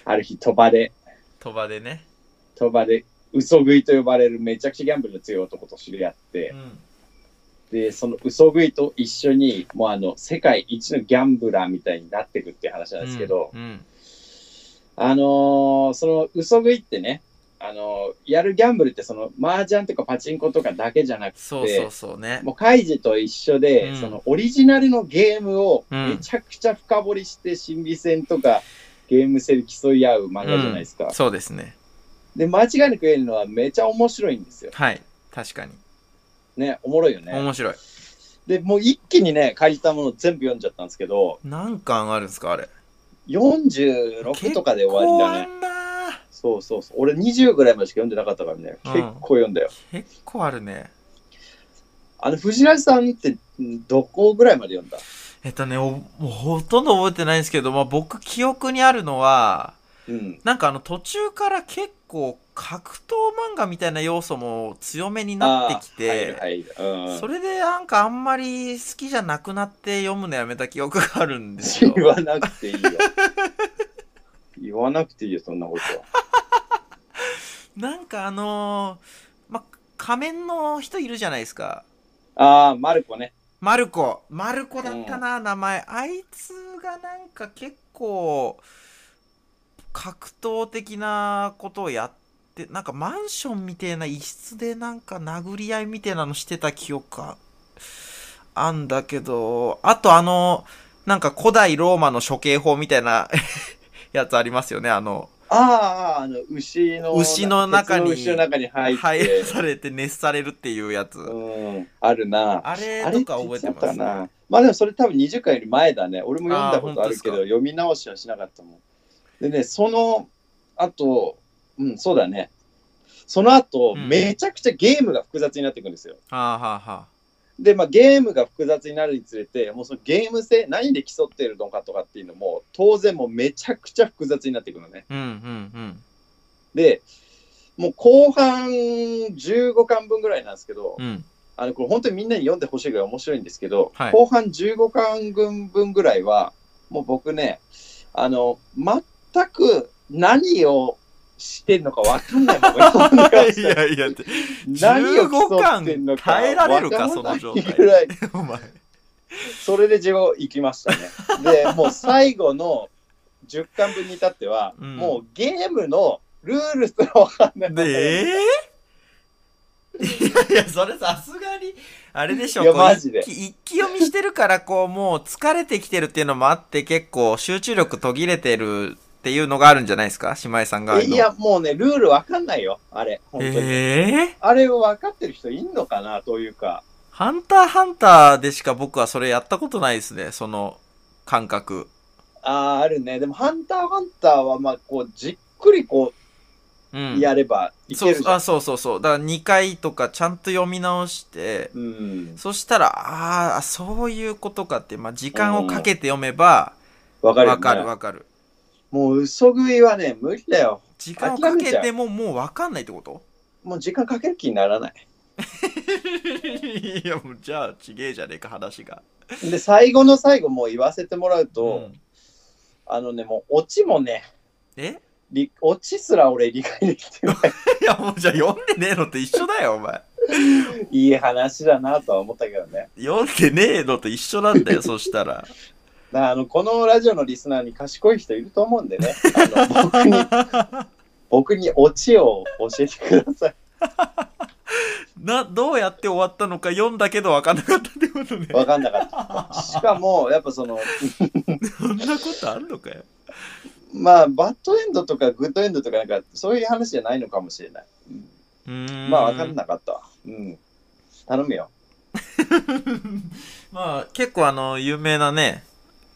[SPEAKER 2] ある日鳥羽で、
[SPEAKER 3] 鳥羽でね。
[SPEAKER 2] 鳥羽で嘘食いと呼ばれるめちゃくちゃギャンブルの強い男と知り合って、
[SPEAKER 3] うん。
[SPEAKER 2] で、その嘘食いと一緒に、もうあの、世界一のギャンブラーみたいになっていくっていう話なんですけど、
[SPEAKER 3] うん。
[SPEAKER 2] あのーその嘘食いってね、あのーやるギャンブルってその麻雀とかパチンコとかだけじゃなく
[SPEAKER 3] そうそうそうね。
[SPEAKER 2] もうカイジと一緒で、
[SPEAKER 3] うん
[SPEAKER 2] そのオリジナルのゲームを
[SPEAKER 3] うん
[SPEAKER 2] めちゃくちゃ深掘りして心理戦とかゲーム性で競い合う漫画じゃないですか、
[SPEAKER 3] そうですね。
[SPEAKER 2] で間違いなく言えるのはめちゃ面白いんですよ
[SPEAKER 3] はい。確かに。
[SPEAKER 2] ねおもろいよね
[SPEAKER 3] 面白い。
[SPEAKER 2] でもう一気にね借りたもの全部読んじゃったんですけど
[SPEAKER 3] 何巻あるんですかあれ。
[SPEAKER 2] 46とかで終わりだね
[SPEAKER 3] 結構あんな
[SPEAKER 2] そうそうそう俺20ぐらいまでしか読んでなかったからね
[SPEAKER 3] うん
[SPEAKER 2] 結構読んだよ、
[SPEAKER 3] 結構あるね。
[SPEAKER 2] あの藤原さんってどこぐらいまで読んだ
[SPEAKER 3] えっとね、おもうほとんど覚えてないんですけど、まあ、僕記憶にあるのは、
[SPEAKER 2] うん
[SPEAKER 3] なんかあの途中から結構格闘漫画みたいな要素も強めになってき
[SPEAKER 2] あーは
[SPEAKER 3] て、
[SPEAKER 2] いはい、うん
[SPEAKER 3] それでなんかあんまり好きじゃなくなって読むのやめた記憶があるんですよ
[SPEAKER 2] 言。わなく ていいよ。言わなくていいよ、そんなことは。
[SPEAKER 3] なんかあのーま、仮面の人いるじゃないですか。
[SPEAKER 2] ああ、マルコね。
[SPEAKER 3] マルコ。マルコだったな、名前。あいつがなんか結構、格闘的なことをやって、なんかマンションみたいな一室でなんか殴り合いみたいなのしてた記憶があんだけど、あとあの、なんか古代ローマの処刑法みたいな やつありますよね、あの、
[SPEAKER 2] ああ、あの、牛の、
[SPEAKER 3] 牛の中
[SPEAKER 2] 鉄
[SPEAKER 3] に
[SPEAKER 2] の牛の中に入って。
[SPEAKER 3] 配されて熱されるっていうやつ。
[SPEAKER 2] うん、ある な。
[SPEAKER 3] あれ
[SPEAKER 2] あれ
[SPEAKER 3] とか覚えて
[SPEAKER 2] いつだ
[SPEAKER 3] ま
[SPEAKER 2] った
[SPEAKER 3] す、
[SPEAKER 2] かな。まあでもそれ多分20回より前だね。俺も読んだことあるけ
[SPEAKER 3] あー本当ですか
[SPEAKER 2] ど、読み直しはしなかったもん。でね、その後、うん、そうだね。その後、
[SPEAKER 3] うん
[SPEAKER 2] めちゃくちゃゲームが複雑になっていくんですよ。
[SPEAKER 3] はあはあはあ。
[SPEAKER 2] で、まあ、ゲームが複雑になるにつれて、もうそのゲーム性、何で競ってるのかとかっていうのも、当然もうめちゃくちゃ複雑になってくるのね。
[SPEAKER 3] うんうんうん。
[SPEAKER 2] で、もう後半15巻分ぐらいなんですけど、
[SPEAKER 3] うん。
[SPEAKER 2] あの、これ本当にみんなに読んでほしいぐらい面白いんですけど、
[SPEAKER 3] はい
[SPEAKER 2] 後半15巻分分ぐらいは、もう僕ね、あの、全く何をしてんのかわかんないもんねこんな感じ
[SPEAKER 3] い
[SPEAKER 2] だ
[SPEAKER 3] やいや、って
[SPEAKER 2] 何を競ってんのか
[SPEAKER 3] 15巻耐えられる
[SPEAKER 2] わ
[SPEAKER 3] か
[SPEAKER 2] んない
[SPEAKER 3] その状態
[SPEAKER 2] ぐらい
[SPEAKER 3] お前。
[SPEAKER 2] それで自分行きました ね。で、もう最後の10巻分に至っては、
[SPEAKER 3] うん
[SPEAKER 2] もうゲームのルールすら分かんない。
[SPEAKER 3] で、えー、いやいや、それさすがに、あれでしょ、
[SPEAKER 2] いや
[SPEAKER 3] こう
[SPEAKER 2] マジで
[SPEAKER 3] 一気一気読みしてるから、こう、もう疲れてきてるっていうのもあって、結構集中力途切れてるっていうのがあるんじゃないですか姉妹さんが。
[SPEAKER 2] えい、や、もうね、ルール分かんないよ、あれ。本当に。
[SPEAKER 3] えー、
[SPEAKER 2] あれを分かってる人いんのかなというか、
[SPEAKER 3] ハンターハンターでしか僕はそれやったことないですね、その感覚。
[SPEAKER 2] ああ、あるね。でも、ハンターハンターは、まあ、こう、じっくりこ
[SPEAKER 3] うん。
[SPEAKER 2] う、やればいけ
[SPEAKER 3] そう
[SPEAKER 2] るじゃん。
[SPEAKER 3] あそうそうそう。だから2回とかちゃんと読み直して、
[SPEAKER 2] うん。
[SPEAKER 3] そしたら、ああ、そういうことかって、まあ、時間をかけて読めば、
[SPEAKER 2] 分かるよ
[SPEAKER 3] わ
[SPEAKER 2] ね
[SPEAKER 3] かるわかる。
[SPEAKER 2] もう、嘘食いはね、無理だよ。
[SPEAKER 3] 時間をかけてももうわかんないってこと
[SPEAKER 2] もう、時間かける気にならない。
[SPEAKER 3] いやもうじゃあちげえじゃねえか話が。
[SPEAKER 2] で、最後の最後、もう言わせてもらうと、
[SPEAKER 3] ん
[SPEAKER 2] あのね、もう、オチもね、
[SPEAKER 3] え
[SPEAKER 2] りオチすら俺理解できてない
[SPEAKER 3] いやもうじゃあ読んでねえのと一緒だよお前。
[SPEAKER 2] いい話だなとは思ったけどね
[SPEAKER 3] 読んでねえのと一緒な んだよそしたら。
[SPEAKER 2] だからあのこのラジオのリスナーに賢い人いると思うんでねあの僕に 僕にオチを教えてください
[SPEAKER 3] などうやって終わったのか読んだけど分かんなかったってことね。
[SPEAKER 2] 分かんなかったしかもやっぱその
[SPEAKER 3] そんなことあんのかよ。
[SPEAKER 2] まあバッドエンドとかグッドエンドとかなんかそういう話じゃないのかもしれないう
[SPEAKER 3] ーん
[SPEAKER 2] まあ分かんなかったわうん頼むよ
[SPEAKER 3] まあ結構あの有名なね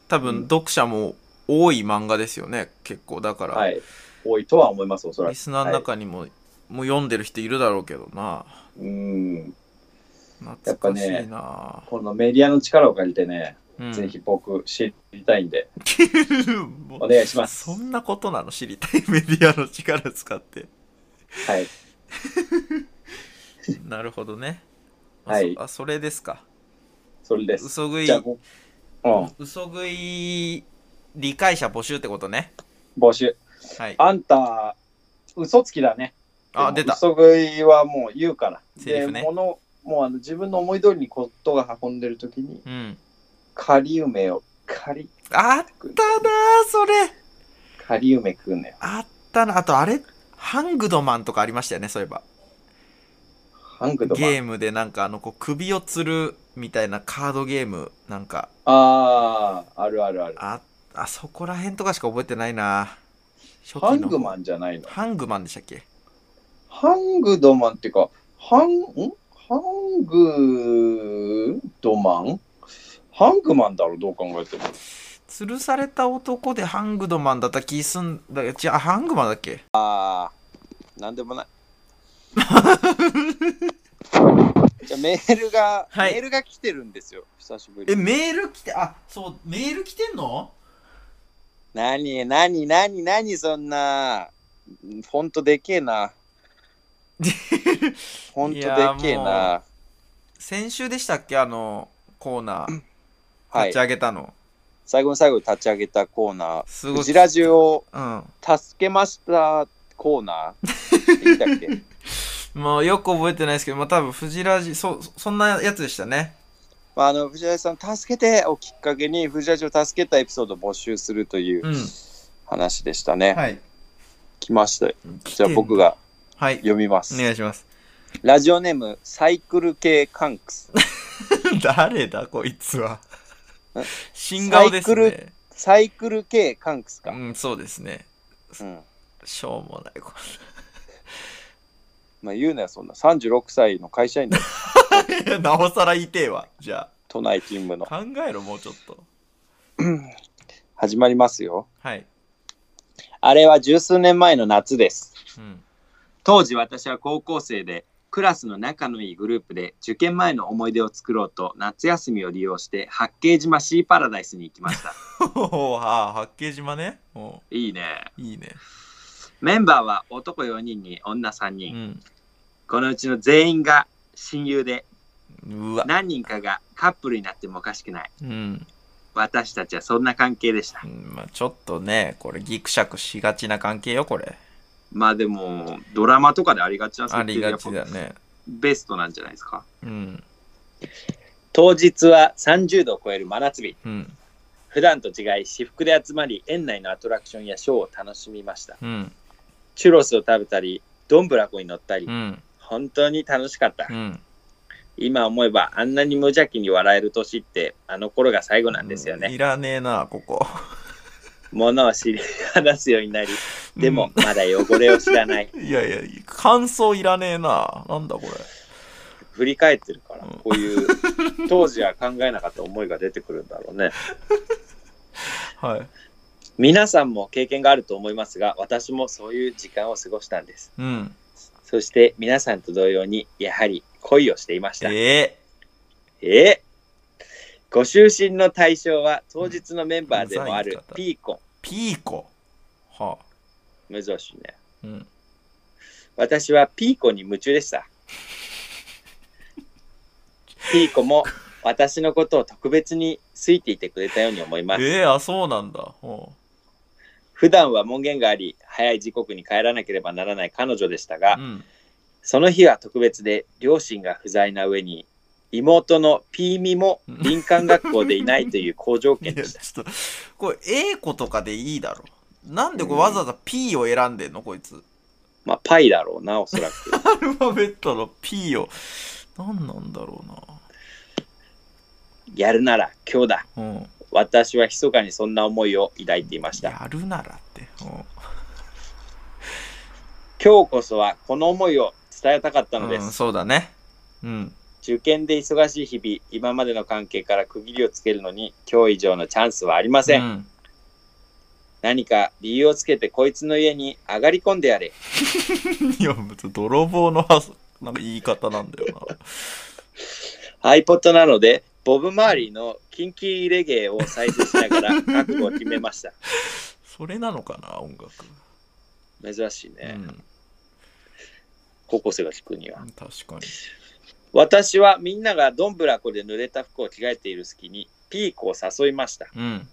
[SPEAKER 3] 多
[SPEAKER 2] うん
[SPEAKER 3] 分読者も多い漫画ですよね結構だから、
[SPEAKER 2] はい多いとは思いますおそら
[SPEAKER 3] リ
[SPEAKER 2] く
[SPEAKER 3] スナーの中にも、もう読んでる人いるだろうけどな
[SPEAKER 2] うんやっぱ
[SPEAKER 3] 懐か
[SPEAKER 2] ね
[SPEAKER 3] しいな、
[SPEAKER 2] このメディアの力を借りてね、
[SPEAKER 3] うん
[SPEAKER 2] ぜひ僕知りたいんで
[SPEAKER 3] もう
[SPEAKER 2] お願いします
[SPEAKER 3] そんなことなの知りたいメディアの力 使って。
[SPEAKER 2] はい
[SPEAKER 3] なるほどね。あ
[SPEAKER 2] はい
[SPEAKER 3] そあ、それですか。
[SPEAKER 2] それです
[SPEAKER 3] 嘘食い
[SPEAKER 2] じ、ゃあ、こうん、
[SPEAKER 3] 嘘食い理解者募集ってことね。
[SPEAKER 2] 募集。
[SPEAKER 3] はい。
[SPEAKER 2] あんた、嘘つきだね。
[SPEAKER 3] あ、
[SPEAKER 2] で
[SPEAKER 3] 出
[SPEAKER 2] も
[SPEAKER 3] た。
[SPEAKER 2] 嘘食いはもう言うから。
[SPEAKER 3] セリフね
[SPEAKER 2] で、もの、もうあの自分の思い通りにことが運んでるときに、
[SPEAKER 3] うん。
[SPEAKER 2] 仮梅を、仮、
[SPEAKER 3] あったなあそれ。
[SPEAKER 2] 仮梅食うね。
[SPEAKER 3] あったな。あと、あれ、ハングドマンとかありましたよね、そういえば。
[SPEAKER 2] ハングドマン。
[SPEAKER 3] ゲームでなんか、あの、こう、首を吊るみたいなカードゲーム、なんか、
[SPEAKER 2] ああ、あるあるある。
[SPEAKER 3] あ、あそこら辺とかしか覚えてないな。初期の
[SPEAKER 2] ハングマンじゃないの。
[SPEAKER 3] ハングマンでしたっけ
[SPEAKER 2] ハングドマンっていうか、ハン、んハングドマンハングマンだろ、どう考えても。
[SPEAKER 3] 吊るされた男でハングドマンだった気すんだ違うハングマンだっけ
[SPEAKER 2] なんでも ない。じゃあメールが、
[SPEAKER 3] はい
[SPEAKER 2] メールが来てるんですよ、久しぶり
[SPEAKER 3] え
[SPEAKER 2] に。
[SPEAKER 3] メール来てあそうメール来てんの
[SPEAKER 2] なになになになにそんな。ほんとでけえ な。ほんとでけえ
[SPEAKER 3] いや
[SPEAKER 2] な。
[SPEAKER 3] 先週でしたっけあのコーナー
[SPEAKER 2] は
[SPEAKER 3] 立
[SPEAKER 2] い
[SPEAKER 3] ち。上げたの、
[SPEAKER 2] 最後の最後に立ち上げたコーナー。
[SPEAKER 3] すご
[SPEAKER 2] う
[SPEAKER 3] い
[SPEAKER 2] ちラジオを
[SPEAKER 3] うん
[SPEAKER 2] 助けましたコーナー。って言ったっ け
[SPEAKER 3] もうよく覚えてないですけどまあ多分藤ラジそそんなやつでしたね
[SPEAKER 2] まあ、あの藤原さん、助けてをきっかけに、藤原を助けたエピソードを募集するという
[SPEAKER 3] うん
[SPEAKER 2] 話でしたね。
[SPEAKER 3] はい
[SPEAKER 2] 来ましたよじゃあ僕
[SPEAKER 3] が
[SPEAKER 2] が
[SPEAKER 3] はい
[SPEAKER 2] 読みま
[SPEAKER 3] お
[SPEAKER 2] す。
[SPEAKER 3] 願いします
[SPEAKER 2] ラジオネーム、サイクル系カンクス。
[SPEAKER 3] 誰だこいつは
[SPEAKER 2] え
[SPEAKER 3] 新顔です
[SPEAKER 2] サイク
[SPEAKER 3] ね
[SPEAKER 2] サイクル系カンクス
[SPEAKER 3] う
[SPEAKER 2] か。
[SPEAKER 3] んそうですね
[SPEAKER 2] うん。
[SPEAKER 3] しょうもない こ
[SPEAKER 2] まあ言うなよ、そんな。36歳の会社員だよ
[SPEAKER 3] れなおさら言いてえわじゃあ
[SPEAKER 2] 都内勤務の。
[SPEAKER 3] 考えろもうちょっと
[SPEAKER 2] 始まりますよ。
[SPEAKER 3] はい、
[SPEAKER 2] あれは十数年前の夏です。
[SPEAKER 3] うん、
[SPEAKER 2] 当時私は高校生で、クラスの仲のいいグループで受験前の思い出を作ろうと夏休みを利用して八景島シーパラダイスに行きま した。
[SPEAKER 3] おー はあ八景島ねお
[SPEAKER 2] いいね。
[SPEAKER 3] ーいいね
[SPEAKER 2] メンバーは男4人に女3
[SPEAKER 3] う
[SPEAKER 2] 人。
[SPEAKER 3] ん
[SPEAKER 2] このうちの全員が親友で
[SPEAKER 3] うわ
[SPEAKER 2] 何人かがカップルになってもおかしくない
[SPEAKER 3] うん、
[SPEAKER 2] 私たちはそんな関係でした
[SPEAKER 3] うんまあ、ちょっとねこれギクシャクしがちな関係よこれ
[SPEAKER 2] まあでも、ドラマとかでありがちな
[SPEAKER 3] ありがち
[SPEAKER 2] やっぱ
[SPEAKER 3] だね。
[SPEAKER 2] ベストなんじゃないですか。
[SPEAKER 3] うん。
[SPEAKER 2] 当日は30度を超える真夏日。
[SPEAKER 3] うん。
[SPEAKER 2] 普段と違い、私服で集まり、園内のアトラクションやショーを楽しみました。
[SPEAKER 3] うん。
[SPEAKER 2] チュロスを食べたり、どんぶらこに乗ったり
[SPEAKER 3] う、ん。
[SPEAKER 2] 本当に楽しかった
[SPEAKER 3] う。ん。
[SPEAKER 2] 今思えば、あんなに無邪気に笑える年って、あの頃が最後なんですよね。
[SPEAKER 3] いらねえな、ここ。
[SPEAKER 2] ものを知り、話すようになり、でも、まだ汚れを知らない。
[SPEAKER 3] うん。いやいや、感想いらねえな。なんだこれ。
[SPEAKER 2] 振り返ってるから、
[SPEAKER 3] うん
[SPEAKER 2] こういう、当時は考えなかった思いが出てくるんだろうね。
[SPEAKER 3] はい。
[SPEAKER 2] 皆さんも経験があると思いますが、私もそういう時間を過ごしたんです。
[SPEAKER 3] うん。
[SPEAKER 2] そして、皆さんと同様に、やはり恋をしていました。え
[SPEAKER 3] え
[SPEAKER 2] えご就寝の対象は、当日のメンバーでもあ
[SPEAKER 3] う
[SPEAKER 2] る
[SPEAKER 3] ざい方
[SPEAKER 2] ピーコン。
[SPEAKER 3] ピーコ。はあ。
[SPEAKER 2] 無造酒ね。
[SPEAKER 3] うん。
[SPEAKER 2] 私はピーコに夢中で した。ピーコも私のことを特別に好いていてくれたように思います。
[SPEAKER 3] ええあ、そうなんだ。ほ
[SPEAKER 2] 普段は門限があり、早い時刻に帰らなければならない彼女でしたが
[SPEAKER 3] う。う、ん。
[SPEAKER 2] その日は特別で両親が不在な上に、妹のピーミも林間学校でいないという好条
[SPEAKER 3] いや、
[SPEAKER 2] 件
[SPEAKER 3] ち
[SPEAKER 2] で
[SPEAKER 3] ょ
[SPEAKER 2] した。
[SPEAKER 3] っと、これ、A 子とかでいいだろ。なんでこれわざわざ P を選んでんの、こいつ。
[SPEAKER 2] まあ、パイだろうな、おそ らく。
[SPEAKER 3] アルファベットの P を。なんなんだろ
[SPEAKER 2] やるなら今日だ。
[SPEAKER 3] うな。うん。
[SPEAKER 2] 私は密かにそんな思いを抱いていました。
[SPEAKER 3] やるならって。うん
[SPEAKER 2] 今日こそはこの思いを伝えたかったのです。
[SPEAKER 3] うん、そうだね。うん。
[SPEAKER 2] 受験で忙しい日々、今までの関係から区切りをつけるのに今日以上のチャンスはありません。
[SPEAKER 3] うん
[SPEAKER 2] 何か理由をつけてこいつの家に上がり込んでやれ。
[SPEAKER 3] いや、別に泥棒のはずなんか言い方なんだよ
[SPEAKER 2] iPod なので、ボブ・マーリーのキンキレゲエを再生しな がら覚悟を決めました。
[SPEAKER 3] な。それなのかな、音楽。
[SPEAKER 2] 珍しいうね。
[SPEAKER 3] ん、
[SPEAKER 2] 高校生が聞くには。
[SPEAKER 3] 確かに。
[SPEAKER 2] 私はみんながどんぶらこで濡れた服を着替えている隙にピーコを誘いました。
[SPEAKER 3] うん。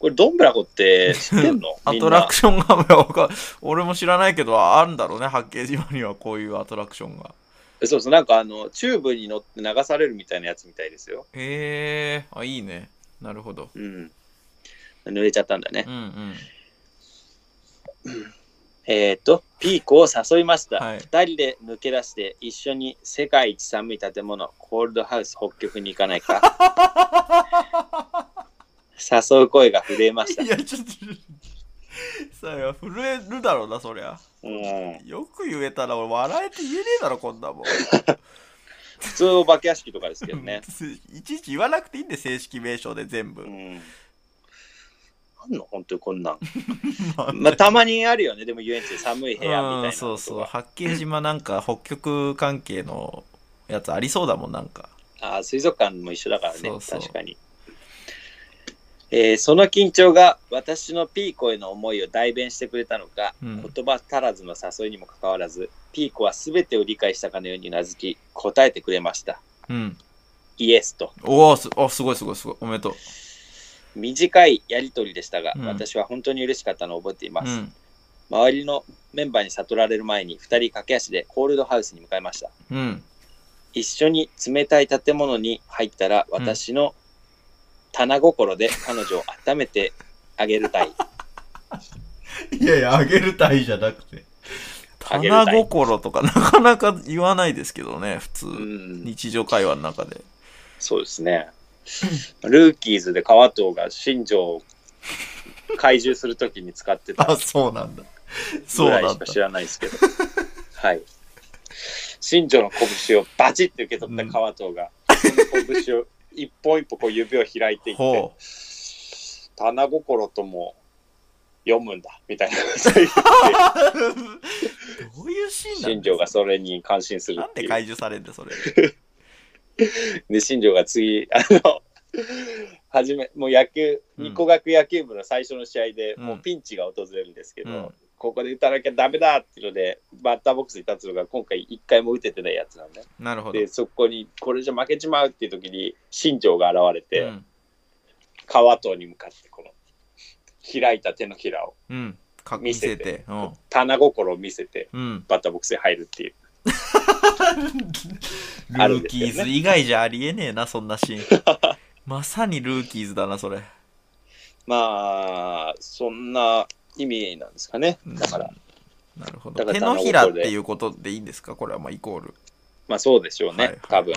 [SPEAKER 2] これどんぶらこって知ってんの
[SPEAKER 3] ア
[SPEAKER 2] みん
[SPEAKER 3] トラ
[SPEAKER 2] な
[SPEAKER 3] ク。ションが、 いやわか俺も知らないけど、あるんだろうね、八景島にはこういうアトラクションが。
[SPEAKER 2] そうそう、なんかあの、チューブに乗って流されるみたいなやつみたいですよ。
[SPEAKER 3] へえー、あ、いいね。なるほど。
[SPEAKER 2] うん。濡れちゃったんだね
[SPEAKER 3] う。んうん。
[SPEAKER 2] えっ、と、ピーコを誘いました。
[SPEAKER 3] はい
[SPEAKER 2] 二人で抜け出して、一緒に世界一寒い建物、コールドハウス北極に行かない か。誘う声が震えました
[SPEAKER 3] い。や、ちょっと。さあ、震えるだろうな、そりゃ。
[SPEAKER 2] うん。
[SPEAKER 3] よく言えたら、俺、笑えて言えねえだろ、こんなもん。
[SPEAKER 2] 普通お化け屋敷とかですけどね。
[SPEAKER 3] いちいち言わなくていいんで、正式名称で全部
[SPEAKER 2] う。ん。なんの本当にこんなん。
[SPEAKER 3] まあ
[SPEAKER 2] まあ、たまにあるよね。でも遊園地で寒い部屋みたいな
[SPEAKER 3] う
[SPEAKER 2] の
[SPEAKER 3] ん、
[SPEAKER 2] とか。
[SPEAKER 3] そうそう。八景島なんか北極関係のやつありそうだもん、なんか。
[SPEAKER 2] あー水族館も一緒だからね、
[SPEAKER 3] そうそう
[SPEAKER 2] 確かに、えーその緊張が私のピーコへの思いを代弁してくれたのか、
[SPEAKER 3] うん
[SPEAKER 2] 言葉足らずの誘いにもかかわらず、ピーコは全てを理解したかのようにうなずき、答えてくれました。
[SPEAKER 3] うん。
[SPEAKER 2] イエスと。
[SPEAKER 3] おお、す、お、すごいすごいすごい。おめでとう。
[SPEAKER 2] 短いやりとりでしたが、
[SPEAKER 3] うん
[SPEAKER 2] 私は本当に嬉しかったのを覚えています。
[SPEAKER 3] うん。
[SPEAKER 2] 周りのメンバーに悟られる前に、2人駆け足でコールドハウスに向かいました。
[SPEAKER 3] うん。
[SPEAKER 2] 一緒に冷たい建物に入ったら私の棚心で彼女を温めてあげるた い
[SPEAKER 3] いやいや、あげるたいじゃなく て。
[SPEAKER 2] あげるたい
[SPEAKER 3] 棚心とかなかなか言わないですけどね、普通。
[SPEAKER 2] うん
[SPEAKER 3] 日常会話の中で。
[SPEAKER 2] そうですねルーキーズで川藤が新庄を怪獣するときに使ってた
[SPEAKER 3] あ、そうなんだ。そ
[SPEAKER 2] ぐ
[SPEAKER 3] う
[SPEAKER 2] らい
[SPEAKER 3] な
[SPEAKER 2] し
[SPEAKER 3] ん
[SPEAKER 2] か
[SPEAKER 3] だ
[SPEAKER 2] 知。らないですけどはい新庄の拳をバチッて受け取った川藤が、この拳を一本一本こう指を開いていって
[SPEAKER 3] ほう。
[SPEAKER 2] 棚心とも読むんだみた いなことを言って
[SPEAKER 3] どういうシーンなんだ
[SPEAKER 2] 新庄がそれに感心する
[SPEAKER 3] な
[SPEAKER 2] っ
[SPEAKER 3] ん
[SPEAKER 2] て
[SPEAKER 3] で
[SPEAKER 2] いう。
[SPEAKER 3] 怪獣されんだよ、 それ。
[SPEAKER 2] で、新庄が次、あの、はじめ、もう野球、
[SPEAKER 3] うん
[SPEAKER 2] 二個学野球部の最初の試合で、
[SPEAKER 3] うん
[SPEAKER 2] もうピンチが訪れるんですけど、
[SPEAKER 3] うん
[SPEAKER 2] ここで打たなきゃダメだっていうので、バッターボックスに立つのが今回一回も打ててないやつなんで、
[SPEAKER 3] なるほど。
[SPEAKER 2] で、そこに、これじゃ負けちまうっていう時に、新庄が現れて、
[SPEAKER 3] うん。
[SPEAKER 2] 川藤に向かって、この、開いた手のひらを
[SPEAKER 3] うん。かっこ見
[SPEAKER 2] 見
[SPEAKER 3] せ
[SPEAKER 2] せて
[SPEAKER 3] て。うん
[SPEAKER 2] 棚心を見せて、
[SPEAKER 3] うん。
[SPEAKER 2] バッターボックスに入るっていう。
[SPEAKER 3] ル
[SPEAKER 2] あるん
[SPEAKER 3] ー
[SPEAKER 2] です
[SPEAKER 3] キ
[SPEAKER 2] よね
[SPEAKER 3] ーズ以外じゃありえねえな、そんなシーン。 まさにルーキーズだな、それ。
[SPEAKER 2] まあ、そんな意味なんですかね。だから、
[SPEAKER 3] なるほ
[SPEAKER 2] だ
[SPEAKER 3] ど。
[SPEAKER 2] から
[SPEAKER 3] 手のひらっていうことでいいんですかこれはまあイコール。
[SPEAKER 2] まあそうでしょうね、
[SPEAKER 3] はいはい
[SPEAKER 2] 多分。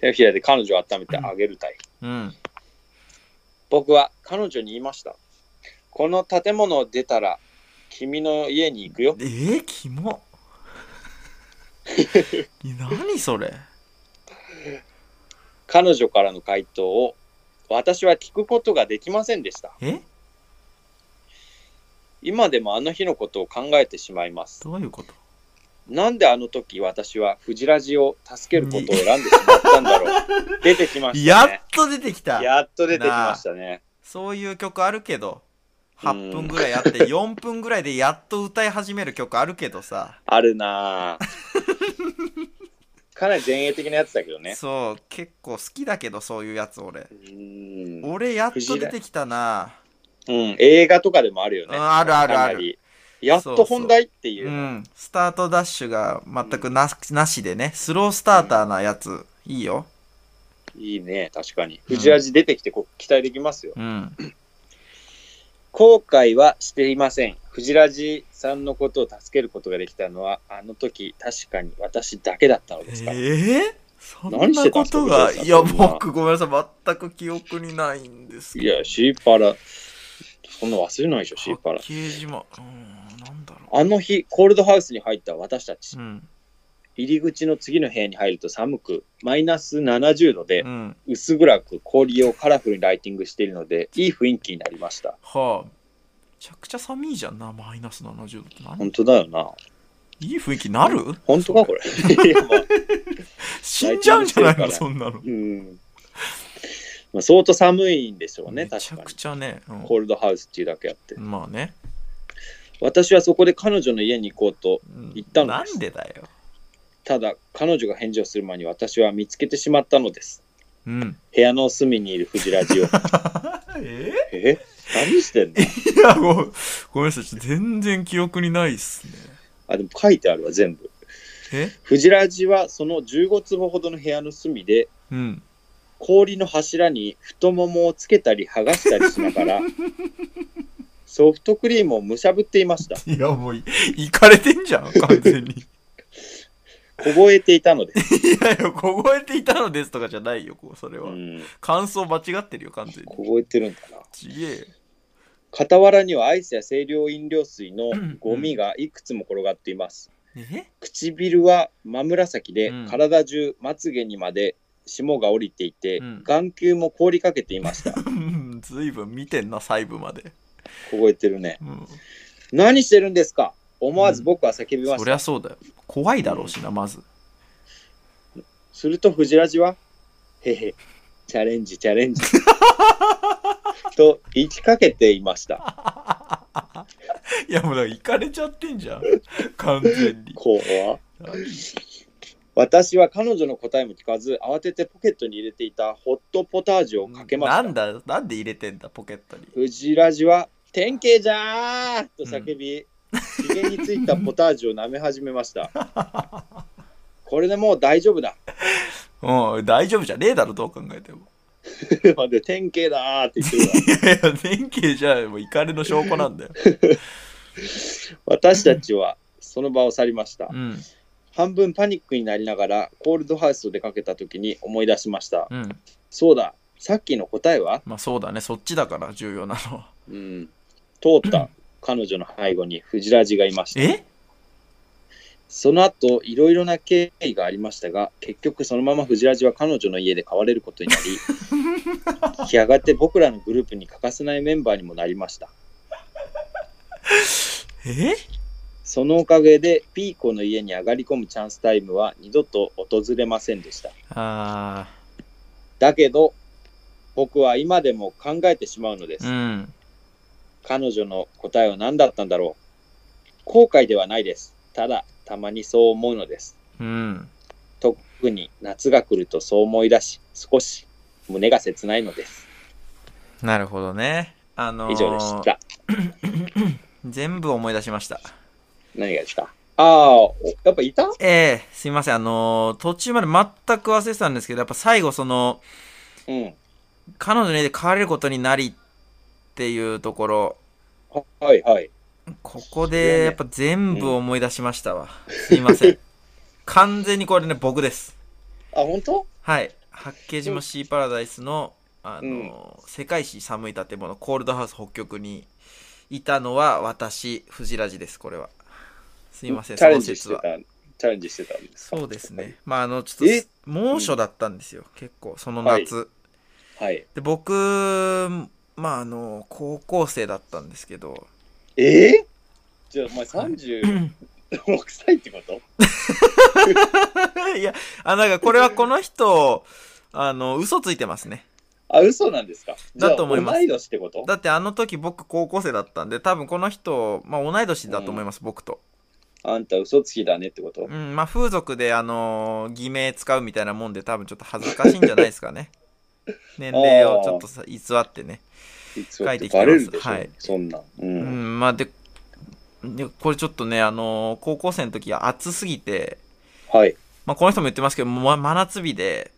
[SPEAKER 2] 手のひらで彼女を温めてあげるタイプ。
[SPEAKER 3] うん。
[SPEAKER 2] 僕は彼女に言いました。この建物を出たら、君の家に行くよ。
[SPEAKER 3] えー、キモ。 何それ
[SPEAKER 2] 彼女からの回答を、私は聞くことができませんでした。
[SPEAKER 3] え
[SPEAKER 2] 今でもあの日のことを考えてしまいます。
[SPEAKER 3] どういうこと
[SPEAKER 2] なんであの時私はフジラジを助けることを選んでしまったんだろ う。出てきまし
[SPEAKER 3] や
[SPEAKER 2] た
[SPEAKER 3] っ
[SPEAKER 2] ね。
[SPEAKER 3] と出てきた
[SPEAKER 2] やっと出てきましたね。
[SPEAKER 3] そういう曲あるけど、8分ぐらいあって、4分ぐらいでやっと歌い始める曲あるけどさ、
[SPEAKER 2] あるな ぁ。かなり前衛的なやつだけど ね。
[SPEAKER 3] そう、結構好きだけど、そういうやつ俺
[SPEAKER 2] う。ん。うん、
[SPEAKER 3] 俺、やっと出てきたな。
[SPEAKER 2] 映画とかでもあるよね。
[SPEAKER 3] うんあるあるある
[SPEAKER 2] かなりやっと本題っていうう。
[SPEAKER 3] ん、スタートダッシュが全くな,、なしでね、スロースターターなやつ、いいよ。
[SPEAKER 2] いいね、確かに。フジラジ出てきてこう期待できますよ。
[SPEAKER 3] うん。
[SPEAKER 2] 後悔はしていません。藤ラジさんのことを助けることができたのは、あの時、確かに私だけだったの
[SPEAKER 3] え
[SPEAKER 2] ですから。
[SPEAKER 3] ー、そん
[SPEAKER 2] 何し
[SPEAKER 3] な
[SPEAKER 2] てた
[SPEAKER 3] こ
[SPEAKER 2] んですか
[SPEAKER 3] とが、
[SPEAKER 2] 藤井さん
[SPEAKER 3] いや、
[SPEAKER 2] そんな
[SPEAKER 3] 僕、ごめんなさい、全く記憶にないんです
[SPEAKER 2] い
[SPEAKER 3] けど。
[SPEAKER 2] や、シーパラ、そんな忘れないでしょ、シー
[SPEAKER 3] パ
[SPEAKER 2] パ
[SPEAKER 3] ッ
[SPEAKER 2] ラ。
[SPEAKER 3] ケージも、うん、なんだろ
[SPEAKER 2] あの日、コールドハウスに入った私たち
[SPEAKER 3] う。う、ん。
[SPEAKER 2] 入り口の次の部屋に入ると寒く、マイナス70度で
[SPEAKER 3] う、ん。
[SPEAKER 2] 薄暗く氷をカラフルにライティングしているので、いい雰囲気になりました。
[SPEAKER 3] はあ、めちゃくちゃ寒いじゃんな、マイナス70度ってなん。
[SPEAKER 2] 本当だよな。
[SPEAKER 3] いい雰囲気なる
[SPEAKER 2] 本当か、
[SPEAKER 3] そ
[SPEAKER 2] これ。いやまあ
[SPEAKER 3] 死んじゃうんじゃないの、
[SPEAKER 2] 大丈
[SPEAKER 3] そんなの。
[SPEAKER 2] うん。まあ、相当寒いんでしょうね、
[SPEAKER 3] め
[SPEAKER 2] 確
[SPEAKER 3] ち
[SPEAKER 2] か
[SPEAKER 3] ゃ
[SPEAKER 2] に
[SPEAKER 3] く。ちゃね、うん
[SPEAKER 2] コールドハウスっていうだけあって。
[SPEAKER 3] まあね。
[SPEAKER 2] 私はそこで彼女の家に行こうと、
[SPEAKER 3] うん
[SPEAKER 2] 行った
[SPEAKER 3] な
[SPEAKER 2] のです
[SPEAKER 3] んでだよ。
[SPEAKER 2] ただ彼女が返事をする前に私は見つけてしまったのです。
[SPEAKER 3] うん。
[SPEAKER 2] 部屋の隅にいる藤ラジ オ。
[SPEAKER 3] え
[SPEAKER 2] え何してんの
[SPEAKER 3] いや、もう、ごめんなさい、ちょっと全然記憶にないっすね。
[SPEAKER 2] あ、でも書いてあるわ、全部。
[SPEAKER 3] え
[SPEAKER 2] 藤ラジはその15坪ほどの部屋の隅で、
[SPEAKER 3] うん。
[SPEAKER 2] 氷の柱に太ももをつけたり剥がしたりしな がら、ソフトクリームをむしゃぶっていました。
[SPEAKER 3] いや、もうい、行かれてんじゃん、完全に。い
[SPEAKER 2] 凍えていたのです。
[SPEAKER 3] やいや、凍えていたのですとかじゃないよ、こうそれ
[SPEAKER 2] う
[SPEAKER 3] は。
[SPEAKER 2] ん、
[SPEAKER 3] 感想間違ってるよ、完全に。
[SPEAKER 2] 凍えてるんだな。
[SPEAKER 3] ちげえよ。
[SPEAKER 2] 傍らにはアイスや清涼飲料水のゴミがいくつも転がっています。
[SPEAKER 3] え
[SPEAKER 2] 唇は真紫で、
[SPEAKER 3] うん
[SPEAKER 2] 体中まつげにまで霜が降りていて、
[SPEAKER 3] うん
[SPEAKER 2] 眼球も凍りかけていました
[SPEAKER 3] うんずいぶん見てんな、細部まで。
[SPEAKER 2] 凍えてるね
[SPEAKER 3] うん
[SPEAKER 2] 何してるんですか思わず僕は叫びま
[SPEAKER 3] そ
[SPEAKER 2] し
[SPEAKER 3] り
[SPEAKER 2] た、
[SPEAKER 3] ゃそうだよ。怖いだろうしな、まず。
[SPEAKER 2] すると藤ラジは「へへチャレンジチャ レンジ」と言いかけていました
[SPEAKER 3] いや、もうだから行かれちゃってんじ ゃん。完全に。
[SPEAKER 2] 怖っ私は彼女の答えも聞かず慌ててポケットに入れていたホットポタージュをかけました
[SPEAKER 3] なんだ、なんで入れてんだ、ポケットに。
[SPEAKER 2] 藤ラジは「典型じゃー!」と叫び、ひげについたポタージュを舐め始めましたこれでもう大丈夫だ
[SPEAKER 3] うん、大丈夫じゃねえだろ、どう考えても。
[SPEAKER 2] まで典型だーって言ってるわ
[SPEAKER 3] いやいや、典型じゃもう怒りの証拠なんだよ。
[SPEAKER 2] 私たちはその場を去りました
[SPEAKER 3] うん、
[SPEAKER 2] 半分パニックになりながらコールドハウスを出かけた時に思い出しました
[SPEAKER 3] うん。
[SPEAKER 2] そうださっきの答えは
[SPEAKER 3] まあそうだね、そっちだから重要なのは。
[SPEAKER 2] うん通った彼女の背後に藤ラジがいました
[SPEAKER 3] え
[SPEAKER 2] その後、いろいろな経緯がありましたが、結局そのまま藤ラジは彼女の家で飼われることになり、 やがて僕らのグループに欠かせないメンバーにもなりました。
[SPEAKER 3] え
[SPEAKER 2] そのおかげで、ピーコの家に上がり込むチャンスタイムは二度と訪れませんでした。
[SPEAKER 3] あ
[SPEAKER 2] だけど、僕は今でも考えてしまうので
[SPEAKER 3] あ、
[SPEAKER 2] す。
[SPEAKER 3] うん。
[SPEAKER 2] 彼女の答えは何だったんだろう。後悔ではないです。ただ、たまにそう思うのです。
[SPEAKER 3] うん。
[SPEAKER 2] 特に夏が来るとそう思い出し、少し胸が切ないのです。
[SPEAKER 3] なるほどね。あのー
[SPEAKER 2] 以上でした。
[SPEAKER 3] 全部思い出しました。
[SPEAKER 2] 何がですかああ、おやっぱいた
[SPEAKER 3] ええすいません。あのー途中まで全く忘れてたんですけど、やっぱ最後その、
[SPEAKER 2] うん。
[SPEAKER 3] 彼女の家で飼われることになりっていうところ、
[SPEAKER 2] ははいはい。
[SPEAKER 3] ここでやっぱ全部思い出しましたわ。すいま せん。完全にこれね、僕です。
[SPEAKER 2] あ、本当
[SPEAKER 3] はい。八景島シーパラダイスの、あの、世界史寒い建物、コールドハウス北極にいたのは私、藤ラジです、これは。すいません、
[SPEAKER 2] チ
[SPEAKER 3] そ
[SPEAKER 2] ャレン
[SPEAKER 3] の
[SPEAKER 2] ジし
[SPEAKER 3] 説
[SPEAKER 2] てた。、
[SPEAKER 3] は
[SPEAKER 2] チャレンジしてたんですか
[SPEAKER 3] そうですね。まあ、あの、ちょっ
[SPEAKER 2] え
[SPEAKER 3] と、猛暑だったんですよ、結構、その夏。
[SPEAKER 2] はい。
[SPEAKER 3] で、僕、まあ、あの、高校生だったんですけど、
[SPEAKER 2] えー、じゃあお前36歳ってこと
[SPEAKER 3] いや、あ、なんかこれはこの人、あの、嘘ついてますね。
[SPEAKER 2] あ、嘘なんですかじゃあ
[SPEAKER 3] だと思います
[SPEAKER 2] 同い年ってこと
[SPEAKER 3] だってあの時僕高校生だったんで、多分この人、まあ同い年だと思います、僕と。
[SPEAKER 2] あんた嘘つきだねってこと
[SPEAKER 3] うん、まあ風俗であの、偽名使うみたいなもんで多分ちょっと恥ずかしいんじゃないですかね。年齢をちょっとさ偽ってね。
[SPEAKER 2] いつ
[SPEAKER 3] 書
[SPEAKER 2] バ
[SPEAKER 3] いてきてます
[SPEAKER 2] レるでしょ、
[SPEAKER 3] はい
[SPEAKER 2] そんなん。うん。
[SPEAKER 3] うん、まあで、で、これちょっとね、あの、高校生の時は暑すぎて、
[SPEAKER 2] はい。
[SPEAKER 3] まあこの人も言ってますけど、ま、真夏日で、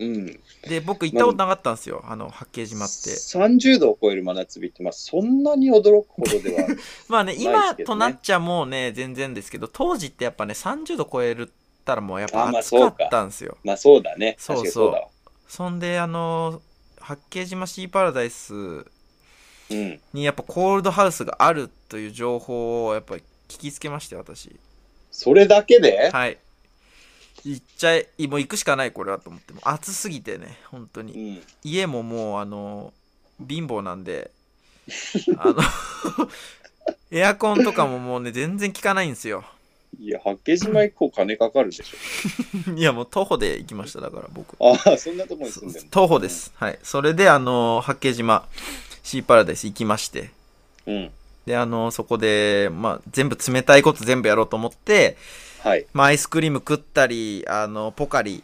[SPEAKER 2] うん。
[SPEAKER 3] で、僕行ったことなかったんですよ、あの、八景島って。
[SPEAKER 2] 30度を超える真夏日って、まあ、そんなに驚くほどでは。
[SPEAKER 3] まあ
[SPEAKER 2] ない
[SPEAKER 3] ね、
[SPEAKER 2] です
[SPEAKER 3] 今
[SPEAKER 2] けどね
[SPEAKER 3] となっちゃもうね、全然ですけど、当時ってやっぱね、30度超えるったらもうやっぱ
[SPEAKER 2] あまあ
[SPEAKER 3] 暑かったんですよ。
[SPEAKER 2] まあ、そうだね。
[SPEAKER 3] そ
[SPEAKER 2] 確
[SPEAKER 3] う
[SPEAKER 2] かに
[SPEAKER 3] そう
[SPEAKER 2] そうだわ。
[SPEAKER 3] そんで、あの、八景島シーパラダイス
[SPEAKER 2] うん。
[SPEAKER 3] にやっぱコールドハウスがあるという情報をやっぱ聞きつけまして、私。
[SPEAKER 2] それだけで、
[SPEAKER 3] はい。行っちゃえ、もう行くしかない、これはと思って。もう暑すぎてね、本当に。
[SPEAKER 2] うん。
[SPEAKER 3] 家ももう、あの、貧乏なんで、あ の、エアコンとかももうね、全然効かないんですよ。
[SPEAKER 2] いや、八景島行こう金かかるでしょ。
[SPEAKER 3] いやもう徒歩で行きましただから僕
[SPEAKER 2] ああ、そんなとこに住んでる
[SPEAKER 3] 徒歩で。す、はいそれであの八景島シーパラダイス行きまして
[SPEAKER 2] うん。
[SPEAKER 3] であのそこで、まあ、全部冷たいこと全部やろうと思って、
[SPEAKER 2] はい。
[SPEAKER 3] まあ、アイスクリーム食ったりあのポカリ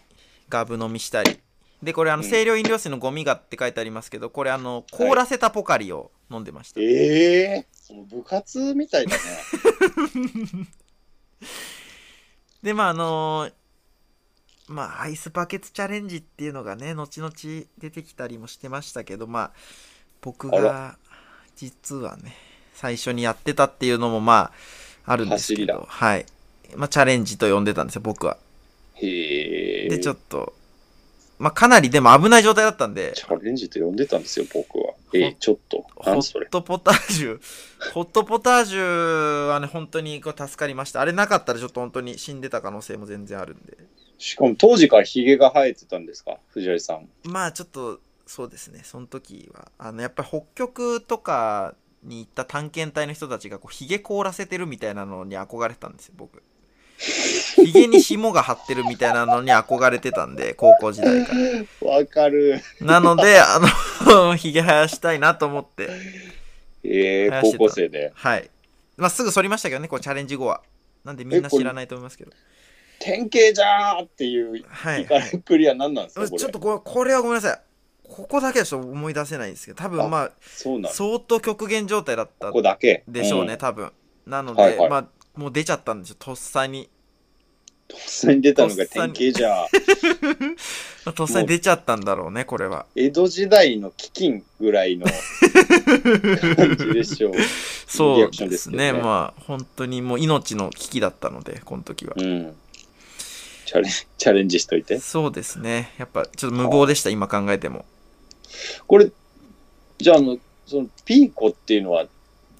[SPEAKER 3] ガブ飲みしたりでこれあの
[SPEAKER 2] うん
[SPEAKER 3] 清涼飲料水のゴミがって書いてありますけどこれあの凍らせたポカリを飲んでました、
[SPEAKER 2] ええもう部活みたいだね。
[SPEAKER 3] でまああのまあアイスバケツチャレンジっていうのがね後々出てきたりもしてましたけどまあ僕
[SPEAKER 2] あ
[SPEAKER 3] が実はね最初にやってたっていうのもまああるんですけ
[SPEAKER 2] 走り
[SPEAKER 3] どはいまあチャレンジと呼んでたんですよ僕は
[SPEAKER 2] へえ。
[SPEAKER 3] でちょっとまあかなりでも危ない状態だったんで
[SPEAKER 2] チャレンジと呼んでたんですよ、僕は。えーちょっと。
[SPEAKER 3] ホ
[SPEAKER 2] 何それ
[SPEAKER 3] ッ。トポタージュホットポタージュはね本当にこう助かりましたあれなかったらちょっと本当に死んでた可能性も全然あるんで
[SPEAKER 2] しかも当時からヒゲが生えてたんですか、藤原さん。
[SPEAKER 3] まあちょっとそうですねその時はあのやっぱり北極とかに行った探検隊の人たちがこうひげ凍らせてるみたいなのに憧れてたんですよ僕ひげに紐が張ってるみたいなのに憧れてたんで高校時代から
[SPEAKER 2] わかる。
[SPEAKER 3] なのであの ひげ生やしたいなと思って
[SPEAKER 2] え
[SPEAKER 3] 生
[SPEAKER 2] ー、
[SPEAKER 3] や
[SPEAKER 2] 高
[SPEAKER 3] してた
[SPEAKER 2] 校生で。
[SPEAKER 3] はいまあすぐ剃りましたけどねこうチャレンジ後はなんでみんな知らないと思いますけど
[SPEAKER 2] 典型じゃーっていう
[SPEAKER 3] はい、
[SPEAKER 2] 怒
[SPEAKER 3] は
[SPEAKER 2] り
[SPEAKER 3] い
[SPEAKER 2] っぷりは何なんです
[SPEAKER 3] う
[SPEAKER 2] か、
[SPEAKER 3] ん
[SPEAKER 2] これ。
[SPEAKER 3] ちょっとこれこれはごめんなさいここだけはちょっと思い出せないんですけど多分まあ
[SPEAKER 2] そうなんです。
[SPEAKER 3] 相当極限状態だった
[SPEAKER 2] ここだけ。
[SPEAKER 3] でしょうね、
[SPEAKER 2] ん。
[SPEAKER 3] 多分なので、
[SPEAKER 2] はいはい
[SPEAKER 3] まあもう出ちゃったんですよとっさに
[SPEAKER 2] 突然出たのが典型じゃー。
[SPEAKER 3] まあとっさに出ちゃったんだろうねこれは
[SPEAKER 2] 江戸時代の飢饉ぐらいの感じで しょう。
[SPEAKER 3] そ
[SPEAKER 2] リア
[SPEAKER 3] う
[SPEAKER 2] クション
[SPEAKER 3] で
[SPEAKER 2] ですす
[SPEAKER 3] ね
[SPEAKER 2] けどね
[SPEAKER 3] まあ本当にもう命の危機だったのでこの時は
[SPEAKER 2] うん。チャレンチャレンジしといて。
[SPEAKER 3] そうですねやっぱちょっと無謀でした今考えても
[SPEAKER 2] これ、じゃあ、あの、その、ピーコっていうのは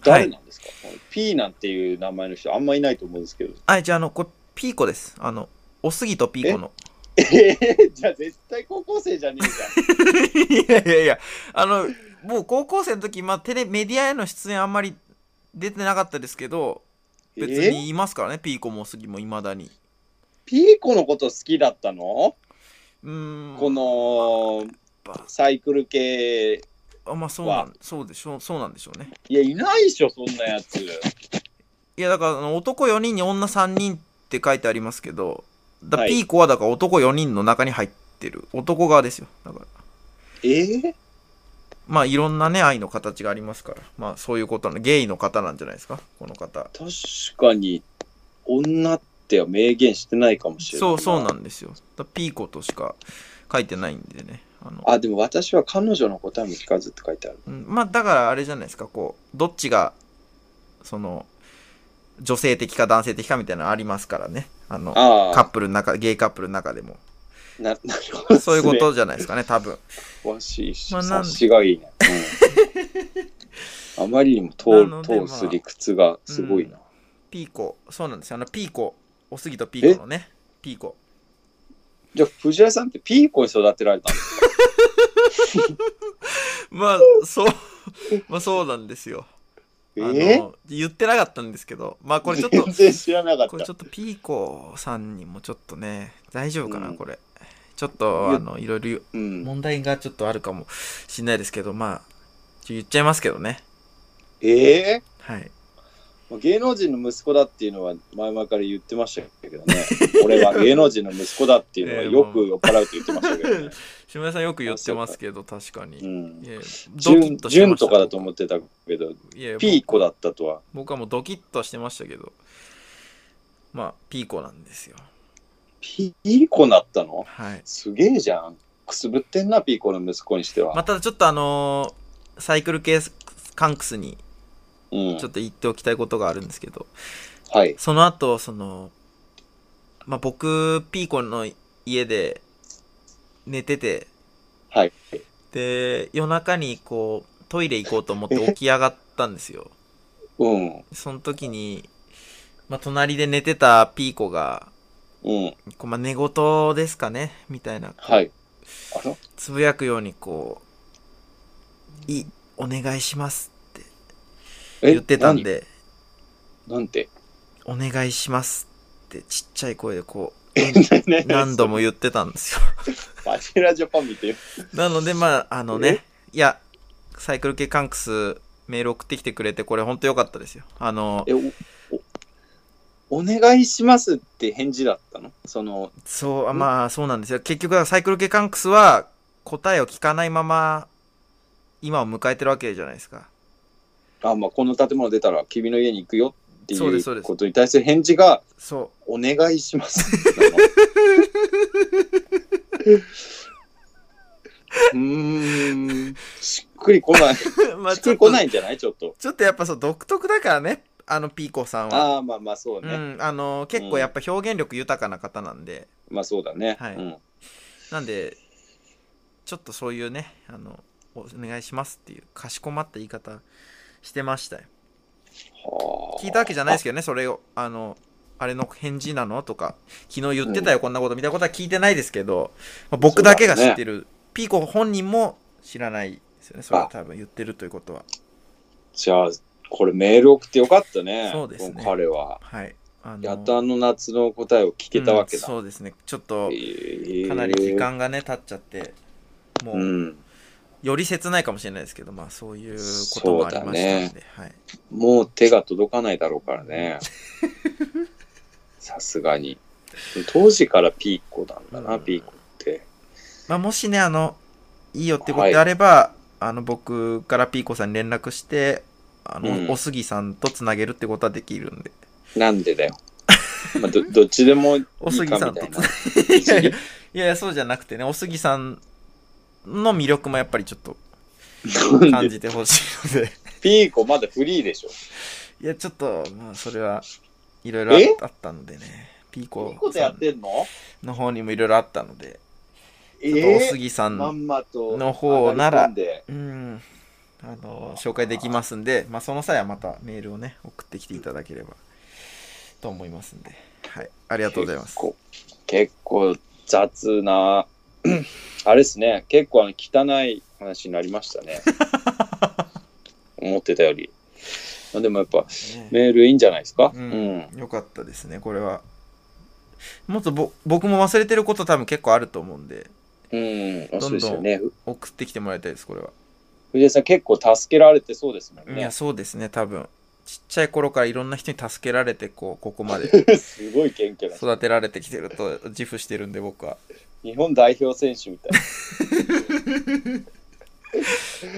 [SPEAKER 2] 誰なんですか、ピーなんていう名前の人あんまいないと思うんです けど。
[SPEAKER 3] はいじゃああのこれピーコですあのおすぎとピーコの
[SPEAKER 2] えー、じゃあ絶対高校生じゃねえじ
[SPEAKER 3] いやいやいやあのもう高校生の時、まあ、テレメディアへの出演あんまり出てなかったですけど
[SPEAKER 2] ゃん。
[SPEAKER 3] 別
[SPEAKER 2] えー
[SPEAKER 3] にいますからね、ピーコもおすぎもいまだに
[SPEAKER 2] ピーコのこと好きだったの、
[SPEAKER 3] うーん
[SPEAKER 2] こ
[SPEAKER 3] やっぱ
[SPEAKER 2] のサイクル系。
[SPEAKER 3] あまあそうなんそうでしょうそうなんでしょうね
[SPEAKER 2] いや、いないでしょ、そんなやつ。
[SPEAKER 3] いやだからあの男4人に女3人って書いてありますけどだ
[SPEAKER 2] はい
[SPEAKER 3] ピーコはだから男4人の中に入ってる男側ですよだから
[SPEAKER 2] えー、
[SPEAKER 3] まあいろんなね、愛の形がありますから。まあそういうことの、ゲイの方なんじゃないですか、この方。
[SPEAKER 2] 確かに、女っては明言してないかもしれない。
[SPEAKER 3] そう、そうなんですよ。だピーコとしか書いてないんでね。あの
[SPEAKER 2] あ、でも私は彼女の答えも聞かずって書いてある。
[SPEAKER 3] うんまあだからあれじゃないですか、こう、どっちが、その、女性的か男性的かみたいなのありますからね。あの、
[SPEAKER 2] あ
[SPEAKER 3] カ
[SPEAKER 2] あ、
[SPEAKER 3] ップルの中、ゲイカップルの中でも。
[SPEAKER 2] な、 なるほど、
[SPEAKER 3] そういうこ。とじゃないですかね、多分。
[SPEAKER 2] 詳しいし、
[SPEAKER 3] まあなん
[SPEAKER 2] 察しがいいね。 うんあまりにも通
[SPEAKER 3] なので
[SPEAKER 2] 通す理屈がすごいな。
[SPEAKER 3] ピーコ、そうなんですよ。あの、ピーコ、おすぎとピーコのね、ピーコ。
[SPEAKER 2] じゃあ、藤井さんってピーコに育てられたの
[SPEAKER 3] まあ、 そう、まあそうなんですよ。あ
[SPEAKER 2] え
[SPEAKER 3] の、言ってなかったんですけど、まあこれちょっと
[SPEAKER 2] 全、然知ら なかっ
[SPEAKER 3] これち
[SPEAKER 2] た。
[SPEAKER 3] ょっとピーコさんにもちょっとね、大丈夫かな、
[SPEAKER 2] うん
[SPEAKER 3] これ。ちょっと、あの、いろいろ
[SPEAKER 2] うん、
[SPEAKER 3] 問題がちょっとあるかもしれないですけど、まあ、ちょ言っちゃいますけどね。
[SPEAKER 2] ええ
[SPEAKER 3] はい。
[SPEAKER 2] まあ芸能人の息子だっていうのは前々から言ってましたけどね 俺は芸能人の息子だっていう のはよく酔っ払うと言ってましたけどね、
[SPEAKER 3] 島田さんよく言ってますけど、確か
[SPEAKER 2] う
[SPEAKER 3] に。
[SPEAKER 2] ん
[SPEAKER 3] い、や
[SPEAKER 2] ジュンジュンとかだと
[SPEAKER 3] う。
[SPEAKER 2] 思ってたけど
[SPEAKER 3] いや
[SPEAKER 2] ピーコだったとは
[SPEAKER 3] 僕はもうドキッとしてましたけど、まあ、ピーコなんですよ。
[SPEAKER 2] ピーコなったの
[SPEAKER 3] はい。
[SPEAKER 2] すげえじゃんくすぶってんなピーコの息子にしては、
[SPEAKER 3] まあ、ただちょっとあのーサイクル系カンクスに
[SPEAKER 2] うん
[SPEAKER 3] ちょっと言っておきたいことがあるんですけど、
[SPEAKER 2] はい
[SPEAKER 3] その後、その、まあ、僕、ピーコの家で寝てて、
[SPEAKER 2] はい
[SPEAKER 3] で、夜中にこう、トイレ行こうと思って起き上がったんですよ。
[SPEAKER 2] うん
[SPEAKER 3] その時に、まあ、隣で寝てたピーコが、
[SPEAKER 2] うん
[SPEAKER 3] こうまあ、寝言ですかねみたいな、
[SPEAKER 2] はいあの
[SPEAKER 3] つぶやくようにこう、い、お願いしますって
[SPEAKER 2] え
[SPEAKER 3] 言ってたんで、
[SPEAKER 2] 何なんて
[SPEAKER 3] お願いしますってちっちゃい声でこ う、何
[SPEAKER 2] 何
[SPEAKER 3] 度も言ってたんですよ。
[SPEAKER 2] バチェラージャパン見て
[SPEAKER 3] なので、まあ、あのね、いや、サイクル系カンクスメール送ってきてくれて、これ本当良かったですよ。あの、
[SPEAKER 2] えおおお願いしますって返事だったのその
[SPEAKER 3] そう、あまあ、そうなんですよ。結局、サイクル系カンクスは答えを聞かないまま、今を迎えてるわけじゃないですか。
[SPEAKER 2] あ、まあ、この建物出たら君の家に行くよって
[SPEAKER 3] そうですそう
[SPEAKER 2] い
[SPEAKER 3] で
[SPEAKER 2] う
[SPEAKER 3] す
[SPEAKER 2] ことに対する返事が
[SPEAKER 3] そ
[SPEAKER 2] 「お願いします」 うーんしっくりこない、し
[SPEAKER 3] う。 まあ、
[SPEAKER 2] っ
[SPEAKER 3] ち
[SPEAKER 2] く
[SPEAKER 3] ょっ、
[SPEAKER 2] りことないんじゃないちょっと。
[SPEAKER 3] ちょっとやっぱそう、独特だからね、あの、ピーコさんは。
[SPEAKER 2] ああ、まあまあそう
[SPEAKER 3] う
[SPEAKER 2] ね。
[SPEAKER 3] ん、あの、結構やっぱ表現力豊かな方なんで、
[SPEAKER 2] まあそうだね。
[SPEAKER 3] はい
[SPEAKER 2] うん、
[SPEAKER 3] なんで、ちょっとそういうね、あの、お願いしますっていう、かしこまった言い方してましたよ。
[SPEAKER 2] はあ
[SPEAKER 3] 聞いたわけじゃないですけどね、それを、あの、あれの返事なのとか、昨日言ってたよ、こんなことみたいなことは聞いてないですけど、まあ僕だけが知ってる、ピーコ本人も知らないですよね、それは多分言ってるということは。
[SPEAKER 2] じゃあ、これメール送ってよかったね。
[SPEAKER 3] そうですね
[SPEAKER 2] この彼は。
[SPEAKER 3] はい。あの
[SPEAKER 2] やっとあの夏の答えを聞けたわけだ。
[SPEAKER 3] うんそうですね、ちょっと
[SPEAKER 2] え、ー
[SPEAKER 3] かなり時間がね、経っちゃって、も
[SPEAKER 2] う
[SPEAKER 3] う、
[SPEAKER 2] ん。
[SPEAKER 3] より切ないかもしれないですけど、まあ、そういうこともありました
[SPEAKER 2] そ
[SPEAKER 3] んで、はい。
[SPEAKER 2] もう手が届かないだろうからね。さすがに。当時からピーコなんだな、
[SPEAKER 3] うん
[SPEAKER 2] ピーコって。
[SPEAKER 3] まあ、もしね、あの、いいよってこと
[SPEAKER 2] はい
[SPEAKER 3] であれば、あの、僕からピーコさんに連絡して、あの、
[SPEAKER 2] うん
[SPEAKER 3] おすぎさんとつなげるってことはできるんで。
[SPEAKER 2] なんでだよ。まあ、どどっちでもいいか
[SPEAKER 3] お
[SPEAKER 2] みたい
[SPEAKER 3] すぎ
[SPEAKER 2] な。
[SPEAKER 3] さんとつない
[SPEAKER 2] 別
[SPEAKER 3] やいや
[SPEAKER 2] に
[SPEAKER 3] いやいや、そうじゃなくてね、おすぎさんの魅力もやっぱりちょっと
[SPEAKER 2] なん
[SPEAKER 3] 感
[SPEAKER 2] で
[SPEAKER 3] じてほしいので、
[SPEAKER 2] ピーコまだフリーでしょ。
[SPEAKER 3] いや、ちょっと、まあ、それは、いろいろあっ
[SPEAKER 2] え
[SPEAKER 3] あったのでね、ピー
[SPEAKER 2] ピ
[SPEAKER 3] コ
[SPEAKER 2] ーコと
[SPEAKER 3] さ
[SPEAKER 2] やっ
[SPEAKER 3] ん
[SPEAKER 2] てんの
[SPEAKER 3] の方にもいろいろあったので、
[SPEAKER 2] え
[SPEAKER 3] ちょっとおす
[SPEAKER 2] え
[SPEAKER 3] ぎさん
[SPEAKER 2] まんまと。
[SPEAKER 3] の方なら
[SPEAKER 2] 上がり込んで
[SPEAKER 3] うん。あの、紹介できますんで、まあ、その際はまたメールをね、送ってきていただければと思いますんで。はい。ありがとうございます。
[SPEAKER 2] 結構結構雑な。あれですね。結構あの汚い話になりましたね。思ってたより。まあでもやっぱ
[SPEAKER 3] ね
[SPEAKER 2] メールいいんじゃないですか。
[SPEAKER 3] う
[SPEAKER 2] うん。
[SPEAKER 3] んよかったですね、これは。もっとぼ僕も忘れてること多分結構あると思うんで、
[SPEAKER 2] うん。あ
[SPEAKER 3] どんど
[SPEAKER 2] そうで
[SPEAKER 3] ん
[SPEAKER 2] すよね。ふ
[SPEAKER 3] 送ってきてもらいたいです、これは。
[SPEAKER 2] 藤井さん結構助けられてそうですもん
[SPEAKER 3] い
[SPEAKER 2] ね
[SPEAKER 3] や、。そうですね、多分。ちっちゃい頃からいろんな人に助けられて、こう、ここま で
[SPEAKER 2] すごい謙虚な人。
[SPEAKER 3] 育てられてきてると自負して るんで、僕は。
[SPEAKER 2] 日本代表選手みたい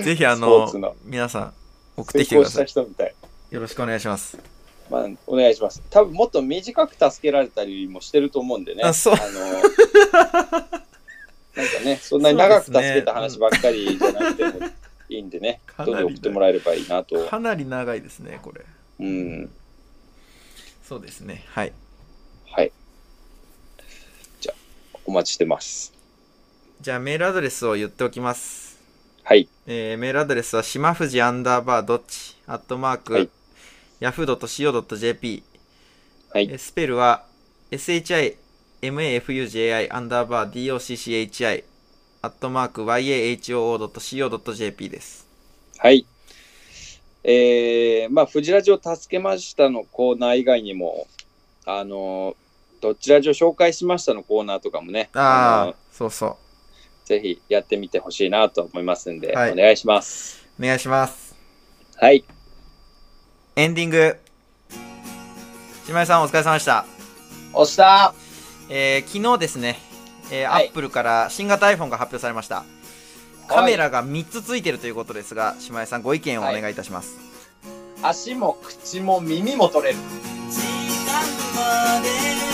[SPEAKER 3] ぜひあ
[SPEAKER 2] スポー
[SPEAKER 3] の
[SPEAKER 2] ツの
[SPEAKER 3] 皆さん送って
[SPEAKER 2] 成
[SPEAKER 3] きてく
[SPEAKER 2] 功
[SPEAKER 3] だ
[SPEAKER 2] し
[SPEAKER 3] さ
[SPEAKER 2] た
[SPEAKER 3] い
[SPEAKER 2] 人みたい。
[SPEAKER 3] よろしくお願いします
[SPEAKER 2] まあ、お願いします。多分もっと短く助けられたりもしてると思うんでね。
[SPEAKER 3] あそう
[SPEAKER 2] の なんかね、そんなに長く助けた話ばっかりじゃなくてもいいんでね、
[SPEAKER 3] か
[SPEAKER 2] どん
[SPEAKER 3] な
[SPEAKER 2] どん送
[SPEAKER 3] り
[SPEAKER 2] ってもらえればいいなと。
[SPEAKER 3] かなり長いですねこれ
[SPEAKER 2] うん。
[SPEAKER 3] そうですねはい
[SPEAKER 2] はい。じゃあ、お待ちしてます。
[SPEAKER 3] じゃあメールアドレスを言っておきます
[SPEAKER 2] はい。
[SPEAKER 3] えーメールアドレスは、しまふじアンダーバーどっち、アットマー
[SPEAKER 2] は
[SPEAKER 3] ク
[SPEAKER 2] い、
[SPEAKER 3] ヤフー .co.jp、
[SPEAKER 2] はい
[SPEAKER 3] えースペルは、shimafuji アンダーバー docchi、アットマーク yahoo.co.jp です。
[SPEAKER 2] はい。えー、まあ、フジラジオ助けましたのコーナー以外にも、あの、どちらジオ紹介しましたのコーナーとかもね、
[SPEAKER 3] ああ
[SPEAKER 2] の、
[SPEAKER 3] そうそ
[SPEAKER 2] ぜひやってみてほしいなと思いますんで、
[SPEAKER 3] はい
[SPEAKER 2] お願いします。
[SPEAKER 3] う。お願いします。
[SPEAKER 2] はい。
[SPEAKER 3] エンディング。島井さんお疲れ様でした。
[SPEAKER 2] 押した
[SPEAKER 3] えー昨日ですね、えー
[SPEAKER 2] はい
[SPEAKER 3] Apple から新型 iPhone が発表されました。カメラが3つついてるということですが、島井さんご意見をお願いいたします。
[SPEAKER 2] 足も口も耳も取れる。
[SPEAKER 4] 時間まで